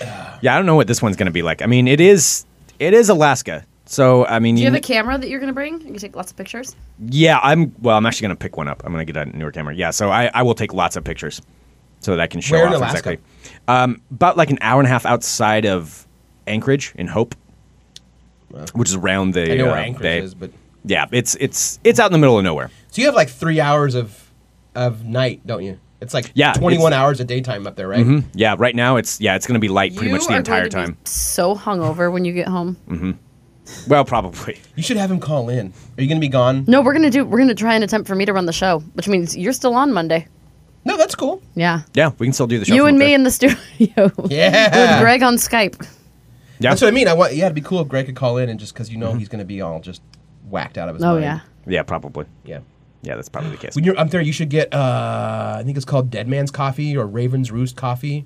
yeah, I don't know what this one's going to be like. I mean, it is it is Alaska. So I mean, Do you have kn- a camera that you're gonna bring? You can take lots of pictures. yeah, I'm well. I'm actually going to pick one up. I'm going to get a newer camera. Yeah, so I, I will take lots of pictures so that I can show Where in off Alaska? exactly. Um, about like an hour and a half outside of Anchorage in Hope, which is around the I know uh, where Anchorage bay. is, but Yeah, it's it's it's out in the middle of nowhere. so you have like three hours of of night, don't you? It's like Yeah, 21 it's- Mm-hmm. hours of daytime up there, right? Yeah, right now it's yeah, it's going to be light pretty you much the are entire going to time. Mm-hmm. be so hungover when you get home. Well, probably. You should have him call in. Are you gonna be gone? No, we're gonna do. We're gonna try and attempt for me to run the show, which means you're still on Monday. No, that's cool. Yeah. Yeah, we can still do the show. you from and up me there. in the studio. Yeah. With Greg on Skype. yeah, That's what I mean. I want yeah, it'd be cool if Greg could call in and just because you Mm-hmm. know he's gonna be all just whacked out of his Oh mind. yeah. yeah, probably. yeah. Yeah, that's probably the case. When you're up there, you should get uh, I think it's called Dead Man's Coffee or Raven's Roost Coffee.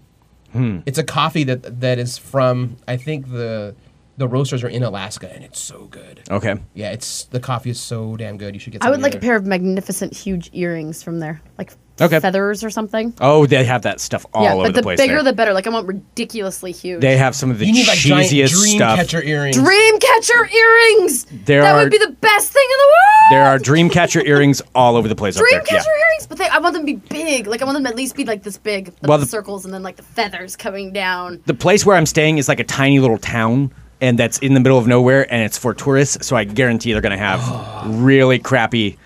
Hmm. It's a coffee that that is from I think the the roasters are in Alaska and it's so good. Okay. Yeah, it's the coffee is so damn good. You should get. I would like a something pair of magnificent, huge earrings from there, like Okay. feathers or something. Oh, they have that stuff all yeah, over but the, the, place. bigger there. the better. Like I want ridiculously huge. they have some of the You need like giant cheesiest dream stuff. catcher earrings. dream catcher earrings. There that are- would be the best thing in the world. There are dream catcher earrings all over the place dream up there. catcher yeah. earrings, but they, I want them to be big. Like I want them to at least be like this big, like Well, the the- circles, and then like the feathers coming down. The place where I'm staying is like a tiny little town and that's in the middle of nowhere and it's for tourists, so I guarantee they're going to have really crappy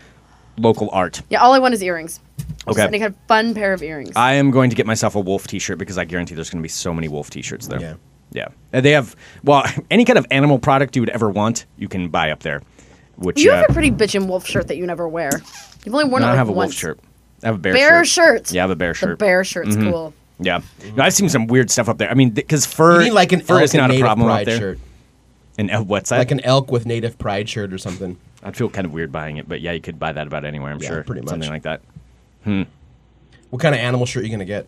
local art. Yeah, all I want is earrings. Just Okay. any kind of fun pair of earrings. I am going to get myself a wolf t-shirt because I guarantee there's going to be so many wolf t-shirts there. Yeah. Yeah. And they have well, any kind of animal product you would ever want, you can buy up there. Which you uh, have a pretty bitchin' wolf shirt that you never wear. You've only worn no, it I like have a once. wolf shirt. I have a bear, Bear shirt. shirt. Yeah, I have a bear The shirt. Mm-hmm. bear shirt's cool. Yeah, No, I've seen some weird stuff up there. I mean, because fur You need like an fur elk is not and a native problem pride up there. shirt, And uh, what's that? like an elk with native pride shirt or something. I'd feel kind of weird buying it, but yeah, you could buy that about anywhere. I'm Yeah, sure, pretty much. something like that. What kind of animal shirt are you gonna get?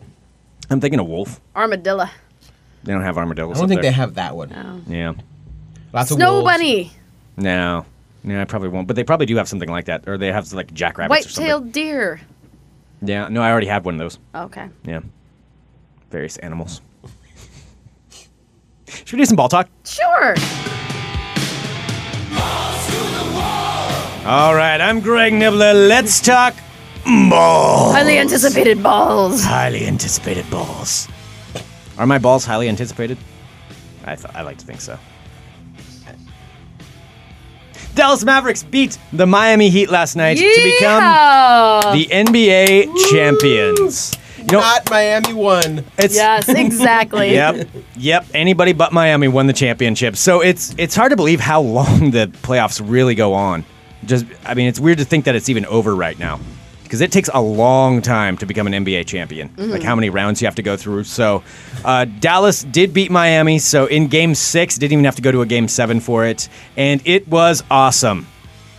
I'm thinking a wolf. Armadillo. They don't have armadillos. I don't up think there. they have that one. Yeah, Lots Oh. of Snow wolves. bunny. no, no, I probably won't. But they probably do have something like that, or they have like jackrabbits or something. White-tailed deer. Yeah, no, I already have one of those. Okay. Yeah, various animals. Should we do some ball talk? Sure. All right, I'm Greg Nibbler. Let's talk Balls. Highly anticipated balls. Highly anticipated balls. Are my balls highly anticipated? I, th- I like to think so. Dallas Mavericks beat the Miami Heat last night to become Yeehaw! the NBA champions. You know, Not Miami won. it's yes, exactly. yep, yep. Anybody but Miami won the championship. So it's it's hard to believe how long the playoffs really go on. Just, I mean, it's weird to think that it's even over right now because it takes a long time to become an NBA champion. Like how many rounds you have to go through. So uh, Dallas did beat Miami. So in Game Six, didn't even have to go to a Game Seven for it, and it was awesome.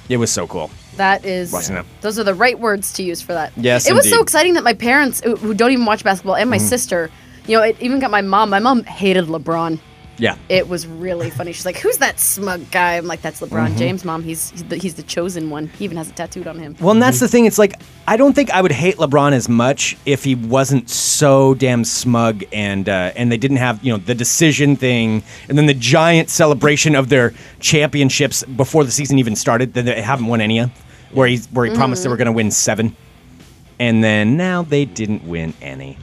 It was so cool. That is. Watching that. Those are the right words to use for that. Yes, It was so indeed. Mm-hmm. exciting that my parents, who- who don't even watch basketball, and my sister, you know, it even got my mom. My mom hated LeBron. Yeah. It was really funny. She's like, "Who's that smug guy?" I'm like, "That's LeBron Mm-hmm. James, mom. He's he's the, he's the chosen one. He even has it tattooed on him." Well, and that's the thing. It's like I don't think I would hate LeBron as much if he wasn't so damn smug and uh, and they didn't have you know the decision thing and then the giant celebration of their championships before the season even started. Then they haven't won any of where he where he promised they were going to win seven, and then now they didn't win any.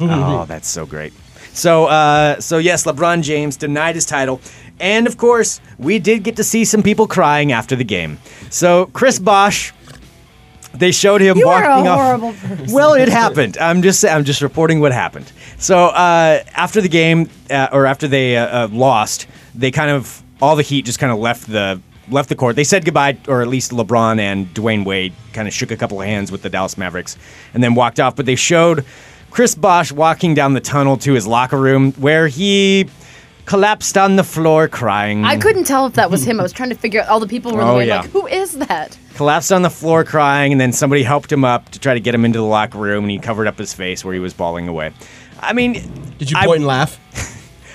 oh, that's so great. So, uh, so yes, LeBron James denied his title, and of course, we did get to see some people crying after the game. So, Chris Bosch, they showed him You are a walking horrible off. Well, it happened. I'm just, I'm just reporting what happened. So, uh, after the game, uh, or after they uh, uh, lost, they kind of all the heat just kind of left the left the court. They said goodbye, or at least LeBron and Dwayne Wade kind of shook a couple of hands with the Dallas Mavericks, and then walked off. But they showed. Chris Bosch walking down the tunnel to his locker room where he collapsed on the floor crying. I couldn't tell if that was him. I was trying to figure out all the people were in the Oh, way, yeah. like, "Who is that?" collapsed on the floor crying, and then somebody helped him up to try to get him into the locker room, and he covered up his face where he was bawling away. I mean, Did you I- point and laugh?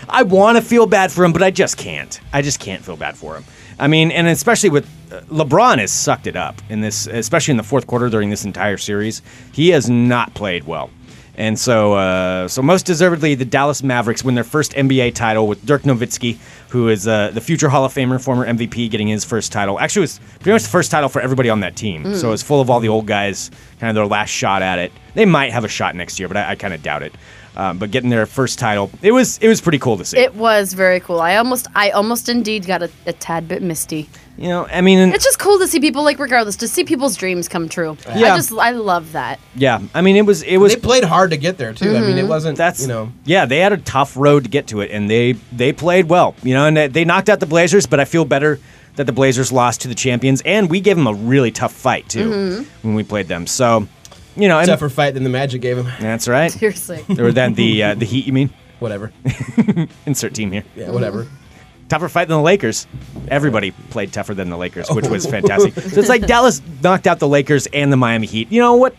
I want to feel bad for him, but I just can't. I just can't feel bad for him. I mean, and especially with uh, LeBron has sucked it up in this, especially in the fourth quarter during this entire series. He has not played well, and so uh, so most deservedly, the Dallas Mavericks win their first NBA title with Dirk Nowitzki, who is uh, the future Hall of Famer, former MVP, getting his first title. Actually, it was pretty much the first title for everybody on that team. So it's full of all the old guys, kind of their last shot at it. They might have a shot next year, but I, I kind of doubt it. Um, but getting their first title, it was it was pretty cool to see. It was very cool. I almost, I almost indeed got a, a tad bit misty. you know, I mean, It's just cool to see people, like, regardless, to see people's dreams come true. Yeah. I just, I love that. yeah, I mean, it was it was They played hard to get there too. I mean, it wasn't. Mm-hmm. that's you know. yeah, they had a tough road to get to it, and they they played well, you know, and they- they knocked out the Blazers. But I feel better that the Blazers lost to the champions, and we gave them a really tough fight too Mm-hmm. when we played them. So, you know, and, Tougher fight than the Magic gave him. that's right. Seriously. or then the uh, the Heat, you mean? Whatever. Insert team here. Yeah, whatever. tougher fight than the Lakers. Everybody played tougher than the Lakers, which was fantastic. so it's like Dallas knocked out the Lakers and the Miami Heat. You know what?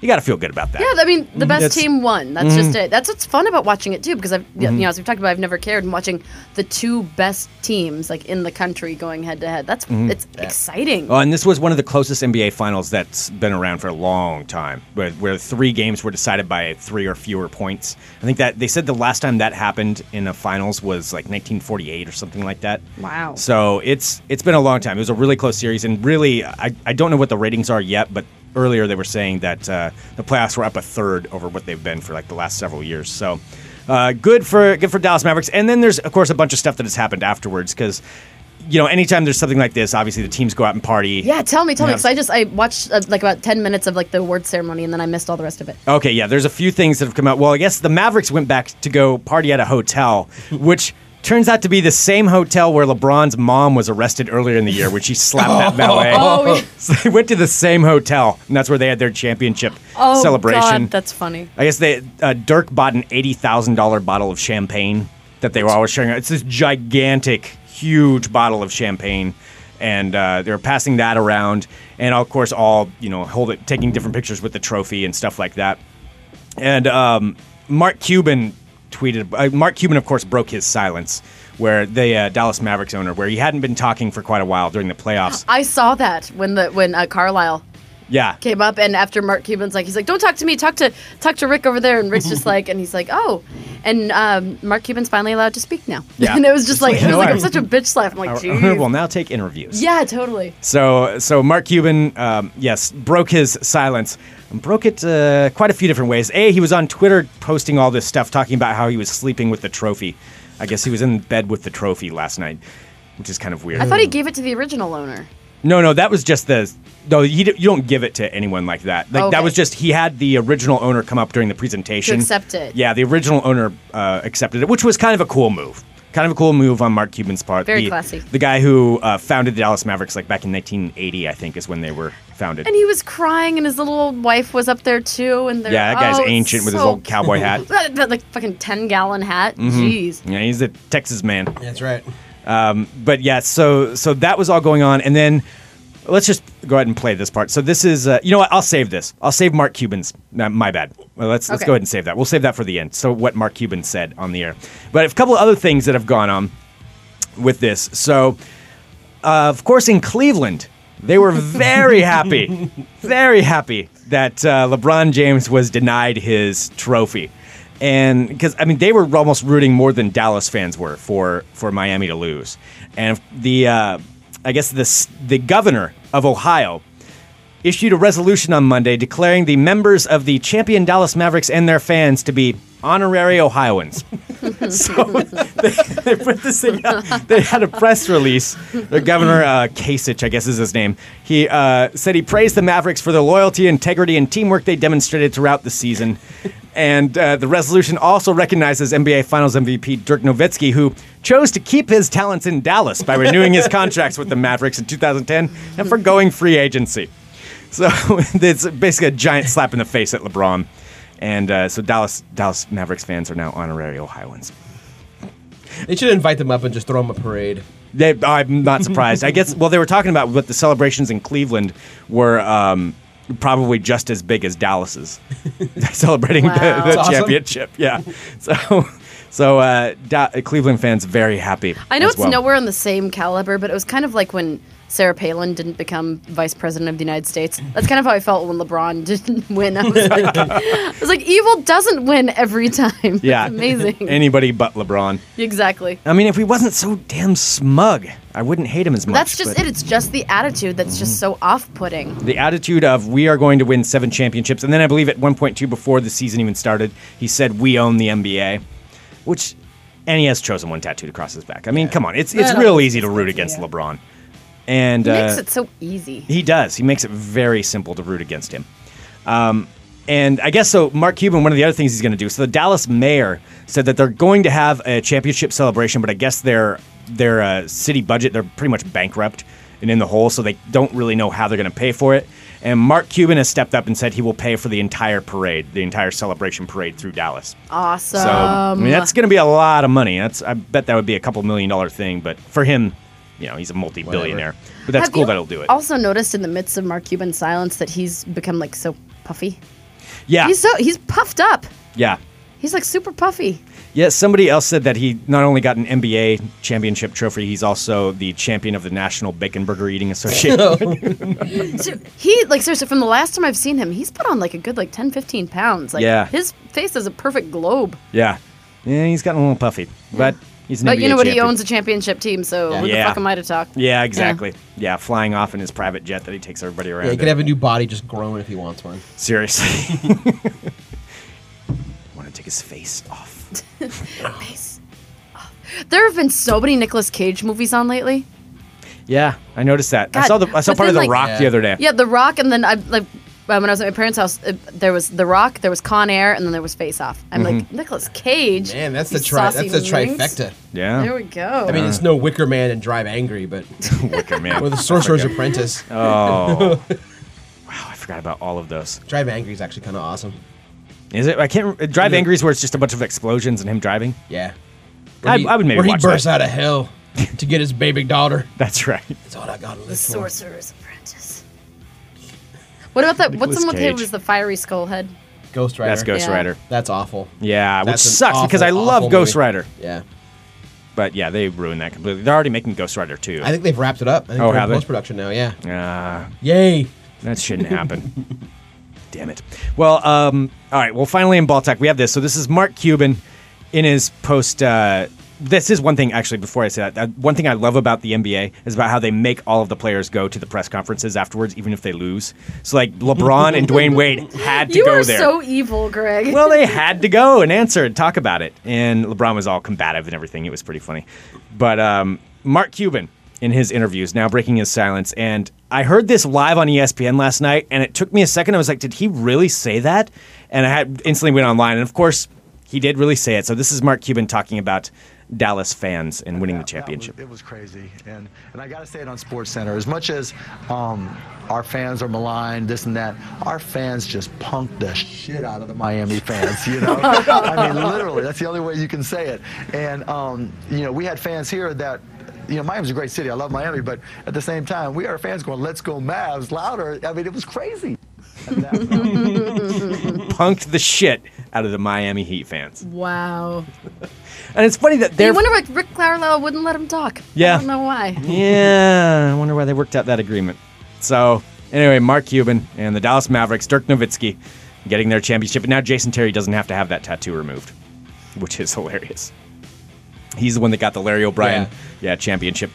You got to feel good about that. Yeah, I mean, the best It's- team won. Mm-hmm. That's just it. That's what's fun about watching it too, because I've, you know, as we've talked about, I've never cared. And watching the two best teams like in the country going head to head, that's it's exciting. Mm-hmm. Oh, and this was one of the closest NBA finals that's been around for a long time, where, where three games were decided by three or fewer points. I think that they said the last time that happened in a finals was like 1948 or something like that. Wow. So it's it's been a long time. It was a really close series, and really, I, I don't know what the ratings are yet, but earlier they were saying that uh, the playoffs were up a third over what they've been for like the last several years. So uh, good for good for Dallas Mavericks. And then there's of course a bunch of stuff that has happened afterwards because. You know, anytime there's something like this, obviously the teams go out and party. yeah, tell me, tell me, Yeah. because I just I watched uh, like about ten minutes of like the award ceremony, and then I missed all the rest of it. Okay, yeah, there's a few things that have come out. Well, I guess the Mavericks went back to go party at a hotel, which turns out to be the same hotel where LeBron's mom was arrested earlier in the year, which she slapped that valet. Oh, yeah. So they went to the same hotel, and that's where they had their championship Oh, celebration. God, that's funny. I guess they uh, Dirk bought an eighty thousand dollar bottle of champagne that they were always sharing. It's this gigantic, huge bottle of champagne, and uh, they were passing that around, and of course, all you know, hold it, taking different pictures with the trophy and stuff like that. And um, Mark Cuban tweeted. Uh, Mark Cuban, of course, broke his silence. Where the uh, Dallas Mavericks owner, where he hadn't been talking for quite a while during the playoffs, I saw that when the when uh, Carlisle Yeah. came up and after Mark Cuban's like he's like don't talk to me talk to talk to Rick over there and Rick's just like and he's like oh and um, Mark Cuban's finally allowed to speak now Yeah. and it was just like it you was know like what? I'm such a bitch slap I'm like Our owner will geez now take interviews. yeah totally So, so Mark Cuban, um, yes, broke his silence. And broke it uh, quite a few different ways. A, he was on Twitter posting all this stuff, talking about how he was sleeping with the trophy. I guess he was in bed with the trophy last night, which is kind of weird. I thought he gave it to the original owner no, no, that was just the. No, you, d- you don't give it to anyone like that. Like that Okay. was just he had the original owner come up during the presentation. To accept it. Yeah, the original owner uh, accepted it, which was kind of a cool move. Kind of a cool move on Mark Cuban's part. Very the, classy. The guy who uh, founded the Dallas Mavericks, like back in 1980, I think, is when they were founded. and he was crying and his little old wife was up there too and they're- yeah, that guy's oh, it's ancient with his so old cowboy hat. Mm-hmm. That, that, like fucking ten gallon hat. Jeez. Yeah, he's a Texas man. That's right. but yeah, so so that was all going on, and then let's just go ahead and play this part. So this is, uh, you know what? I'll save this. I'll save Mark Cuban's. Uh, my bad. Well, let's let's Okay. go ahead and save that. We'll save that for the end. So what Mark Cuban said on the air, but a couple of other things that have gone on with this. So uh, of course in Cleveland, they were very happy, very happy that uh, LeBron James was denied his trophy. And because I mean, they were almost rooting more than Dallas fans were for for Miami to lose, and the uh, I guess the s- the governor of Ohio issued a resolution on Monday declaring the members of the champion Dallas Mavericks and their fans to be honorary Ohioans. so they, they put this thing out. They had a press release. The governor, uh, Kasich, I guess is his name, he uh, said he praised the Mavericks for the loyalty, integrity, and teamwork they demonstrated throughout the season. And uh, the resolution also recognizes NBA Finals MVP Dirk Nowitzki, who chose to keep his talents in Dallas by renewing his contracts with the Mavericks in 2010 and for going free agency. So it's basically a giant slap in the face at LeBron, and uh, so Dallas Dallas Mavericks fans are now honorary Ohioans. They should invite them up and just throw them a parade. They, I'm not surprised. I guess well they were talking about what the celebrations in Cleveland were. Um, Probably just as big as Dallas's, celebrating Wow. the, the That's awesome. championship. Yeah, so so uh, da- Cleveland fans very happy. I know as it's well. nowhere on the same caliber, but it was kind of like when Sarah Palin didn't become vice president of the United States. That's kind of how I felt when LeBron didn't win. I was like, I was like evil doesn't win every time. Yeah, It's amazing. Anybody but LeBron. exactly. I mean, if he wasn't so damn smug, I wouldn't hate him as much. That's just but- it. It's just the attitude that's just so off-putting. the attitude of we are going to win seven championships and then i believe at 1.2 before the season even started he said we own the nba which and he has chosen one tattooed across his back i mean come on it's it's That real always easy to root against lebron and It uh, makes it so easy. he does. He makes it very simple to root against him. Um, and I guess so. Mark Cuban, one of the other things he's going to do. So the Dallas mayor said that they're going to have a championship celebration, but I guess their their uh, city budget they're pretty much bankrupt and in the hole, so they don't really know how they're going to pay for it. And Mark Cuban has stepped up and said he will pay for the entire parade, the entire celebration parade through Dallas. Awesome. So I mean, Um. that's going to be a lot of money. That's I bet that would be a couple million dollar thing, but for him, you know, he's a multi billionaire. But that's Have cool you that'll do it. Also noticed in the midst of Mark Cuban's silence that he's become like so puffy. yeah, He's so he's puffed up. Yeah. He's like super puffy. Yeah, somebody else said that he not only got an NBA championship trophy, he's also the champion of the National Bacon Burger Eating Oh. Association. So he like seriously from the last time I've seen him, he's put on like a good like 10, 15 pounds. Like Yeah. his face is a perfect globe. yeah. Yeah, he's gotten a little puffy, but he's an But NBA you know what? He champion. owns a championship team, so who Yeah. the fuck am I to talk? Yeah, exactly. Yeah. flying off in his private jet that he takes everybody around. Yeah, he in. could have a new body just grown if he wants one. Seriously. Want to take his face off. There have been so many Nicolas Cage movies on lately. Yeah, I noticed that. I God, saw the I saw but part of then, the like- Rock the Yeah. other day. Yeah, The Rock, and then I like uh, when I was at my parents' house, uh, there was The Rock, there was Con Air, and then there was Face Off. I'm like Mm-hmm. Nicolas Cage. Man, that's the these tri- saucy that's the wings. trifecta. Yeah. There we go. I mean, Uh. it's no Wicker Man and Drive Angry, but Wicker man. or the Sorcerer's Apprentice. oh. wow, Oh, I forgot about all of those. Drive Angry is actually kind of awesome. Is it? I can't. rem- Drive Angry is where it's just a bunch of explosions and him driving. Yeah, I- I would maybe where watch he bursts that. out of hell to get his baby daughter. That's right. That's all I got to live the for. Sorcerer's Apprentice. What about that? Nicolas what's the one Cage. that was the fiery skull head? Ghost Rider. That's Ghost Yeah. Rider. That's awful. Yeah, which That's an sucks because I awful, love awful Ghost movie. Rider. Yeah, But yeah, they ruined that completely. They're already making Ghost Rider too. I think they've wrapped it up. I think Oh, they're have in they? post production now. Yeah. uh, Yay. That shouldn't happen. Damn it. Well, um, all right. Well, finally in ball tech, we have this. So this is Mark Cuban in his post. Uh, this is one thing, actually, before I say that, that, one thing I love about the NBA is about how they make all of the players go to the press conferences afterwards, even if they lose. So, like, LeBron and Dwayne Wade had to you go are there. so evil, Greg. well, they had to go and answer and talk about it. And LeBron was all combative and everything. It was pretty funny. But um, Mark Cuban, in his interviews, now breaking his silence. And I heard this live on E ESPN last night, and it took me a second. I was like, did he really say that? And I had, instantly went online. And of course, he did really say it. So this is Mark Cuban talking about Dallas fans and winning the that- that was- championship. it was crazy, and and I got to say it on Sports Center. As much as um, our fans are maligned, this and that, our fans just punked the shit out of the Miami fans. You know, I mean, literally, that's the only way you can say it. And um, you know, we had fans here that. You know, Miami's a great city. I love Miami, but at the same time, we had our fans going, "Let's go Mavs!" louder. I mean, it was crazy. At that point. Punked the shit out of the Miami Heat fans. wow. And it's funny that they're. you wonder why Rick Carlisle wouldn't let him talk. Yeah. I don't know why. Yeah, I wonder why they worked out that agreement. So, anyway, Mark Cuban and the Dallas Mavericks, Dirk Nowitzki, getting their championship. And now Jason Terry doesn't have to have that tattoo removed, which is hilarious. He's the one that got the Larry O'Brien yeah. championship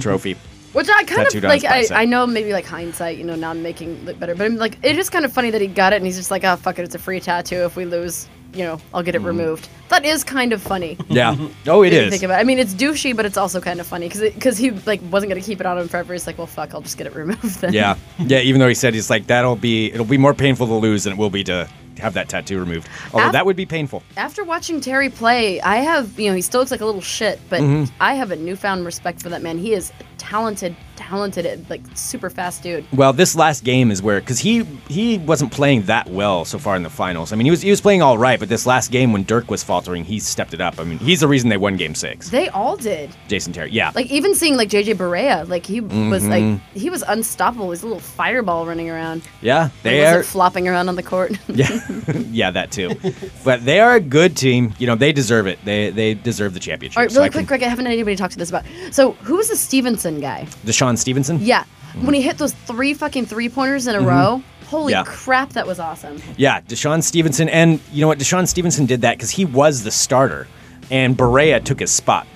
trophy. Which I kind Tattooed of on his like. I, bicep. I know maybe like hindsight, you know, now I'm making it better, but I'm like, it is kind of funny that he got it and he's just like, oh fuck it, it's a free tattoo. If we lose, you know, I'll get it removed. That is kind of funny. Yeah. Oh, Mm-hmm. it if you is. Think about. It. I mean, it's douchey, but it's also kind of funny because because he like wasn't gonna keep it on him forever. He's like, well, fuck, I'll just get it removed then. Yeah. Yeah, even though he said he's like, that'll be, it'll be more painful to lose than it will be to have that tattoo removed. Although Af- that would be painful. After watching Terry play, I have you know he still looks like a little shit, but Mm-hmm. I have a newfound respect for that man. He is a talented, talented, like super fast dude. Well, this last game is where because he he wasn't playing that well so far in the finals. I mean, he was he was playing all right, but this last game when Dirk was faltering, he stepped it up. I mean, he's the reason they won Game Six. They all did. Jason Terry, yeah, Like even seeing like JJ Barea, like he was like Mm-hmm. he was unstoppable. He's a little fireball running around. yeah, He they wasn't are, flopping around on the court. yeah, yeah, that too. but they are a good team. You know, they deserve it. They they deserve the championship. all right, So really I quick, can- Greg. I haven't had anybody talk to this about. So who was the Stevenson guy? Deshaun Stevenson. Yeah, when he hit those three fucking three pointers in a row. Holy Mm-hmm. Yeah. crap, that was awesome. Yeah, Deshaun Stevenson, and you know what? Deshaun Stevenson did that because he was the starter, and Berea took his spot.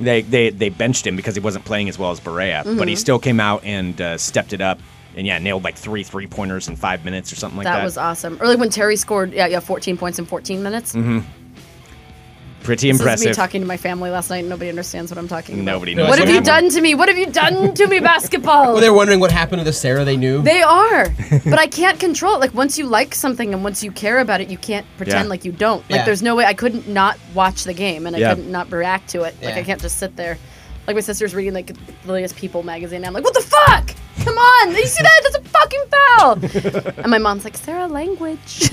They they they benched him because he wasn't playing as well as Berea, but Mm-hmm. he still came out and uh, stepped it up, and yeah, nailed like three three pointers in five minutes or something like that, that. was awesome. Or like when Terry scored, yeah, yeah, 14 points in 14 minutes. pretty This impressive. is me talking to my family last night, and nobody understands what I'm talking about. Nobody knows What have you anymore. done to me? What have you done to me, basketball? Well, they're wondering what happened to the Sarah they knew. They are, but I can't control it. Like once you like something and once you care about it, you can't pretend Yeah. like you don't. Like Yeah. there's no way I couldn't not watch the game and I Yeah. couldn't not react to it. Like Yeah. I can't just sit there. Like my sister's reading like the latest People magazine. And I'm like, what the fuck? Come on! You see that? That's a fucking foul. and my mom's like, Sarah, language.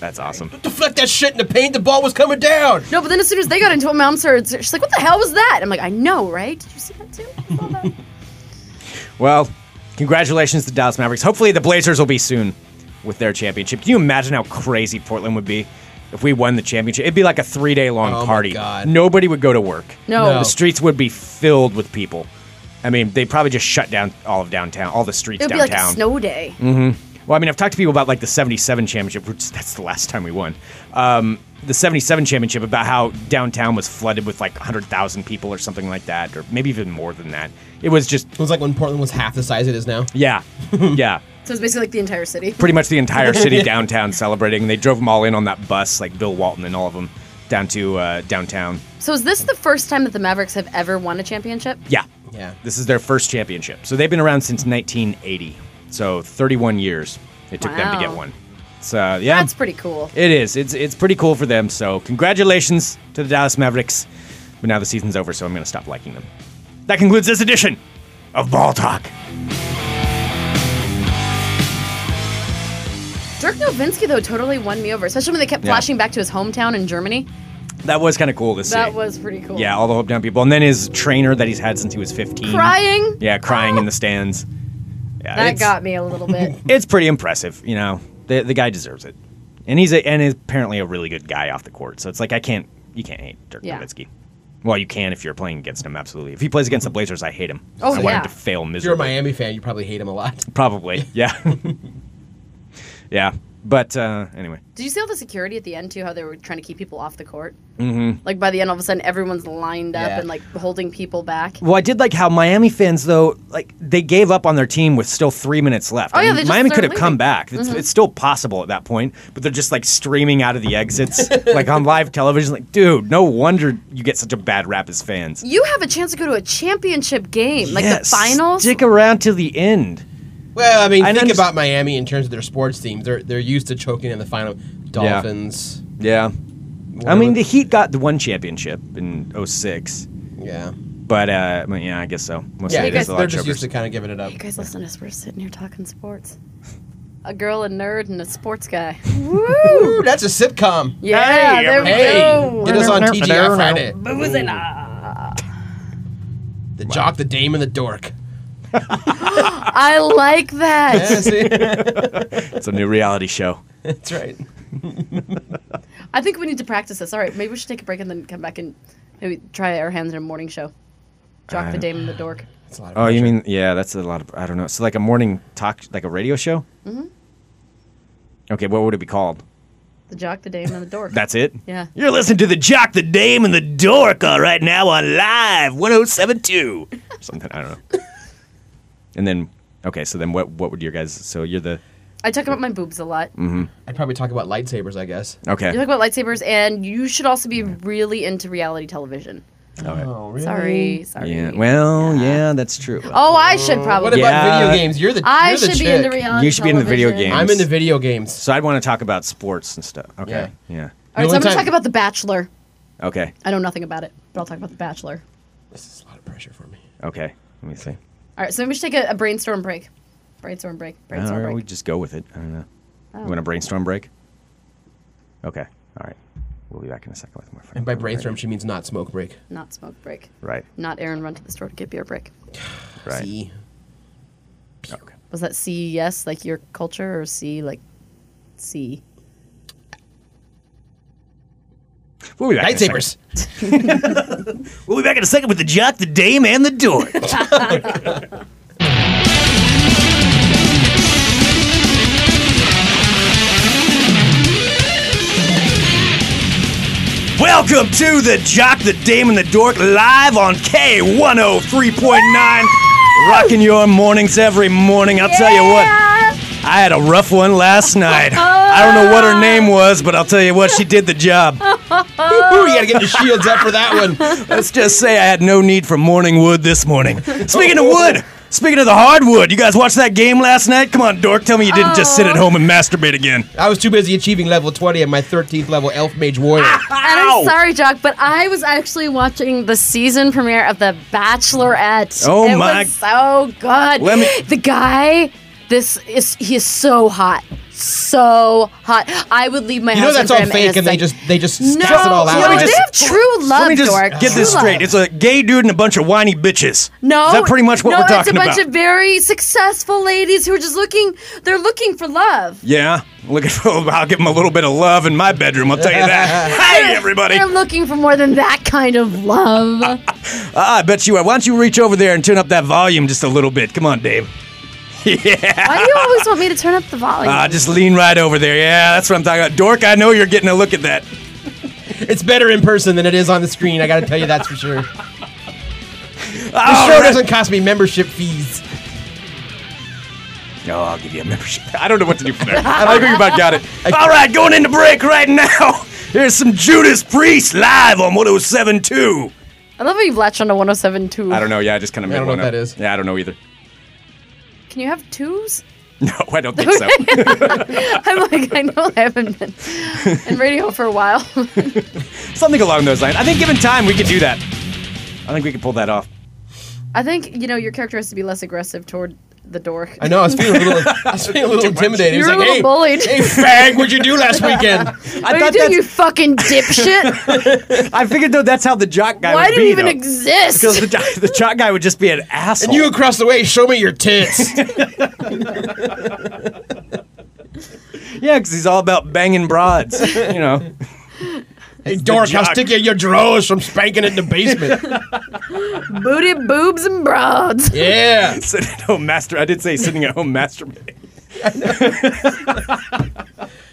That's awesome. Deflect that shit in the paint. The ball was coming down. no, but then as soon as they got into it, my mom started. She's like, what the hell was that? I'm like, I know, right? Did you see that too? I saw that." Well, congratulations to Dallas Mavericks. Hopefully the Blazers will be soon with their championship. Can you imagine how crazy Portland would be if we won the championship? It'd be like a three day long Oh my party. God. Nobody would go to work. No. No. The streets would be filled with people. I mean, they probably just shut down all of downtown, all the streets It would be downtown. Mm. like a snow day. Well, I mean, I've talked to people about like the 77 championship, which that's the last time we won. Um, the 77 championship about how downtown was flooded with like 100,000 people or something like that, or maybe even more than that. It was just, It was like when Portland was half the size it is now. yeah, yeah. So it's basically like the entire city. Pretty much the entire city downtown celebrating. They drove them all in on that bus, like Bill Walton and all of them, down to uh, downtown. So is this the first time that the Mavericks have ever won a championship? Yeah. Yeah. This is their first championship. So they've been around since 1980. So 31 years it took them to get Wow. one. So yeah. That's pretty cool. It is. It's it's pretty cool for them. So congratulations to the Dallas Mavericks. But now the season's over, so I'm going to stop liking them. That concludes this edition of Ball Talk. Dirk Nowitzki though totally won me over, especially when they kept Yeah. flashing back to his hometown in Germany. That was kind of cool to see. That was pretty cool. Yeah, all the hometown people, and then his trainer that he's had since he was 15. Crying. Yeah, crying in the stands. Yeah, That it's- got me a little bit. It's pretty impressive, you know. The the guy deserves it, and he's a, and is apparently a really good guy off the court. So it's like I can't you can't hate Dirk Yeah. Nowitzki. Well, you can if you're playing against him. Absolutely. If he plays against the Blazers, I hate him. Mm-hmm. Oh, I want yeah. him to fail If you're a miserably. Miami fan, you probably hate him a lot. Probably. Yeah. yeah. But uh, anyway. Did you see all the security at the end too? How they were trying to keep people off the court. Mm-hmm. Like by the end, all of a sudden, everyone's lined up Yeah. and like holding people back. Well, I did like how Miami fans though, like they gave up on their team with still three minutes left. Oh, yeah, I mean, they just Miami could started have come leaving. back. It's, Mm-hmm. it's still possible at that point, but they're just like streaming out of the exits, like on live television. Like, dude, no wonder you get such a bad rap as fans. You have a chance to go to a championship game, like Yes, the finals. Stick around till the end. Well, I mean, I think underst- about Miami in terms of their sports teams. They're they're used to choking in the final. Dolphins. Yeah. I whatever. mean, the Heat got the one championship in 06, yeah, but uh, I mean, yeah, I guess so. Mostly yeah. it is Guys, a they're lot of just chokers. used to kind of giving it up. you guys listen to us. We're sitting here talking sports. A girl, a nerd, and a sports guy. Woo, that's a sitcom. Yeah, there we Hey, go. get us on TGI Friday. Boozing. The jock, the dame, and the dork. I like that. Yeah, see? It's a new reality show. that's right. I think we need to practice this. All right, maybe we should take a break and then come back and maybe try our hands in a morning show. Jock the Dame and the Dork. That's a lot of Oh, you pressure. mean yeah? That's a lot of I don't know. So like a morning talk, like a radio show. Mm-hmm. Okay, what would it be called? The Jock, the Dame, and the Dork. That's it. Yeah. You're listening to the Jock, the Dame, and the Dork all right now on Live 107.2. Something I don't know. and then okay, so then what? What would your guys? So you're the I talk about my boobs a lot. I'd probably talk about lightsabers, I guess. okay. You talk about lightsabers, and you should also be really into reality television. all right. really? Sorry, sorry. Yeah. Well, "Oh, yeah. that's true. oh, I should probably. What about Yeah. video games? You're the I you're the should be chick. into reality. You should be into video television. games. I'm into video games. so I'd want to talk about sports and stuff. Okay. Yeah. All right, so The only I'm gonna time- talk about The Bachelor. Okay. I know nothing about it, but I'll talk about The Bachelor. This is a lot of pressure for me. Okay. Let me see. All right, so maybe we should take a, a brainstorm break. Brainstorm break. All Brainstorm right, break. Oh. we just go with it. I don't know. You want a brainstorm break? Okay. All right. We'll be back in a second with more. fun. And by brainstorm, she means not smoke break. Not smoke break. Right. Not Aaron run to the store to get beer break. Right. See? Okay. Was that C yes like your culture or C like C? We'll be back. in a second. Lightsabers. We'll be back in a second with the jock, the dame, and the dork. Welcome to the Jock, the Dame, and the Dork live on K103.9. Rocking your mornings every morning. I'll tell you what, I had a rough one last night. I don't know what her name was, but I'll tell you what, she did the job. Ooh, you gotta get your shields up for that one. Let's just say I had no need for morning wood this morning. Speaking of wood, speaking of the hardwood, you guys watched that game last night? Come on, dork, tell me you didn't just Oh. sit at home and masturbate again. I was too busy achieving level 20 and my 13th level elf mage warrior. And I'm sorry, Jock, but I was actually watching the season premiere of The Bachelorette. Oh it my- was so good. Let me- The guy, this is he is so hot, so hot. I would leave my you know house. that's for all him in fake a and they second. just they just no, cast it all out. no, Let me they just- have true love, Let me just dork. get this True straight. love. It's a gay dude and a bunch of whiny bitches. No, Is that pretty much what no, we're talking it's a bunch about? of very successful ladies who are just looking. They're looking for love. yeah, looking for. I'll give him a little bit of love in my bedroom. I'll tell you that. hey, everybody! They're looking for more than that kind of love. Ah, I bet you are. Why don't you reach over there and turn up that volume just a little bit? Come on, Dave. Why do you always want me to turn up the volume? Ah, just lean right over there. Yeah, that's what I'm talking about. Dork, I know you're getting a look at that. It's better in person than it is on the screen. I gotta tell you that's for sure. This All show right. doesn't cost me membership fees. No, Oh, I'll give you a membership. I don't know what to do from there. I think about got it. All right, going into break right now. Here's some Judas Priest live on 107.2. I love how you've latched onto 107.2. I don't know. Yeah, I just kind of I made don't know one what up. that is. Yeah, I don't know either. Can you have twos? No, I don't think so. I'm like, I know I haven't been in radio for a while. Something along those lines. I think given time, we could do that. I think we could pull that off. I think, you know, your character has to be less aggressive toward the dork. I know, I was feeling a little I was feeling a little intimidated. You're It a was little like, bullied. hey, hey fag, what'd you do last weekend? I what are you thought doing, that's, you fucking dipshit? I figured though that's how the jock guy Why would do be you even though. Because the, exist? jo- the jock guy would just be an asshole. And you across the way, show me your tits. yeah, because he's all about banging broads. you know. Hey, dork, how jock. sticky are your drawers from spanking in the basement? Booty, boobs, and broads. yeah. Sitting at home master. I did say sitting at home masturbating.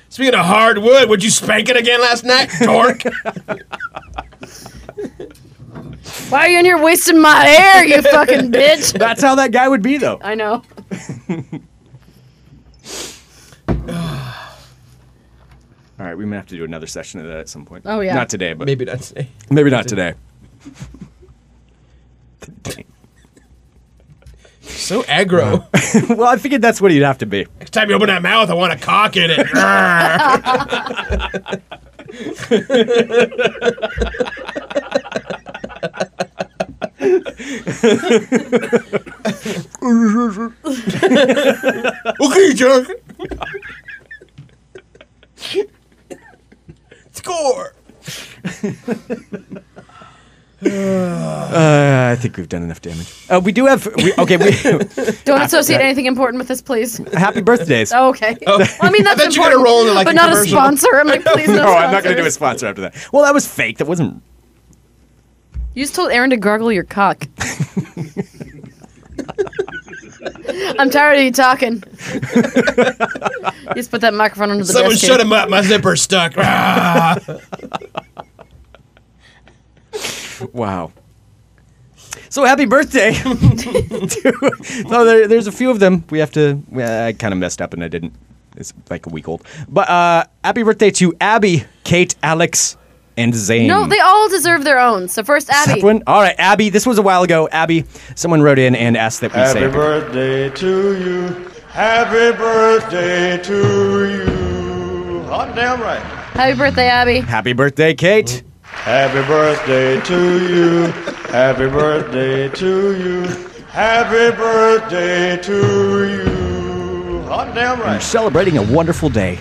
Speaking of hardwood, would you spank it again last night, dork? Why are you in here wasting my hair, you fucking bitch? That's how that guy would be, though. I know. All right, we may have to do another session of that at some point. Oh, yeah. Not today, but maybe, Maybe that's it. not today. So aggro. well, I figured that's what he'd have to be. Next time you open that mouth, I want a cock in it. okay, Jack. Score. Uh, I think we've done enough damage. Uh, we do have. We, okay, we, Don't associate anything important with this, please. happy birthdays. Oh, okay. Well, I mean, that's bet you gotta important, roll into, like, but a not a commercial. sponsor. I'm like, please, no, no, I'm not going to do a sponsors. sponsor after that. Well, that was fake. That wasn't. You just told Aaron to gargle your cock. I'm tired of you talking. you just put that microphone under the Someone desk. shut him up. My zipper's stuck. Ah. Wow. So happy birthday! to- no, there, there's a few of them. We have to. Well, I kind of messed up and I didn't. It's like a week old. But uh, happy birthday to Abby, Kate, Alex, and Zane. No, they all deserve their own. So first, Abby. Except when- All right, Abby. This was a while ago. Abby, someone wrote in and asked that we say. Happy birthday to you. Happy birthday to you. Hot damn right. Happy birthday, Abby. Happy birthday, Kate. Happy birthday to you. Happy birthday to you. Happy birthday to you. Hot damn We're right. celebrating a wonderful day.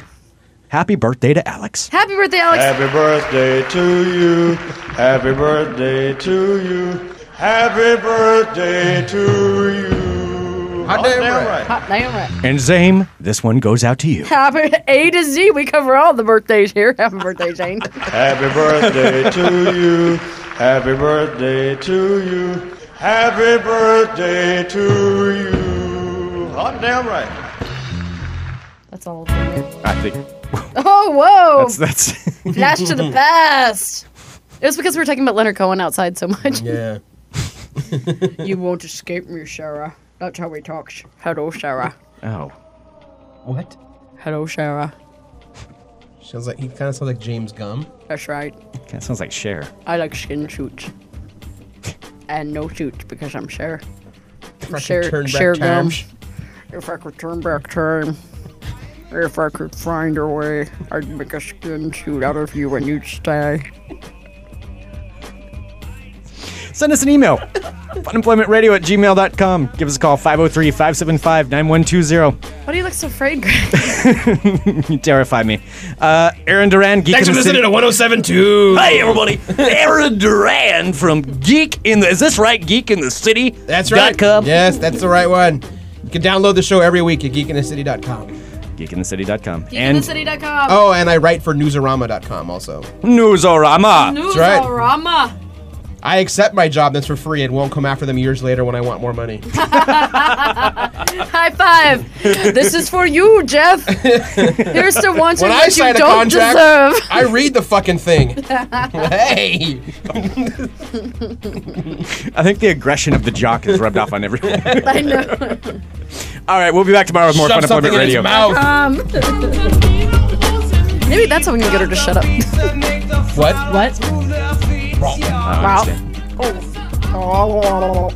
Happy birthday to Alex. Happy birthday, Alex. Happy birthday to you. Happy birthday to you. Happy birthday to you. Hot Hot damn damn right. right. Hot damn right. And Zane, this one goes out to you. Happy A to Z. We cover all the birthdays here. Happy birthday, Jane. Happy birthday to you. Happy birthday to you. Happy birthday to you. Hot damn right. That's all. of them. I think Oh, whoa. that's that's. Flash to the past. It was because we were talking about Leonard Cohen outside so much. yeah. You won't escape me, Sarah. That's how he talks. Hello, Sarah. oh, What? Hello, Sarah. Sounds like he kind of sounds like James Gum. That's right. that sounds like Cher. I like skin suits. And no suits because I'm Cher. Cher, turn back Cher time. Gum. If I could turn back time, if I could find a way, I'd make a skin suit out of you and you'd stay. Send us an email. Funemploymentradio at gmail.com. Give us a call 503 575 9120. Why do you look so afraid, Greg? You terrify me. Uh, Aaron Duran, Geek Thanks in for the City. listening to 1072. Hey everybody, Aaron Duran from Geek in the is this right? Geek in the City. That's right. .com? Yes, that's the right one. You can download the show every week at geekinthecity.com. Geekinthecity.com. And E Oh, and I write for newsarama.com also. Newsorama. That's right. I accept my job that's for free and won't come after them years later when I want more money. High five! this is for you, Jeff. Here's to wanting When what I you sign a don't contract, deserve. I read the fucking thing. hey! I think the aggression of the jock is rubbed off on everyone. I know. All right, we'll be back tomorrow with more Shove Fun something Employment in his Radio. mouth. Maybe that's how we can get her to shut up. What? What? I Wow. understand. Oh.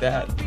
That.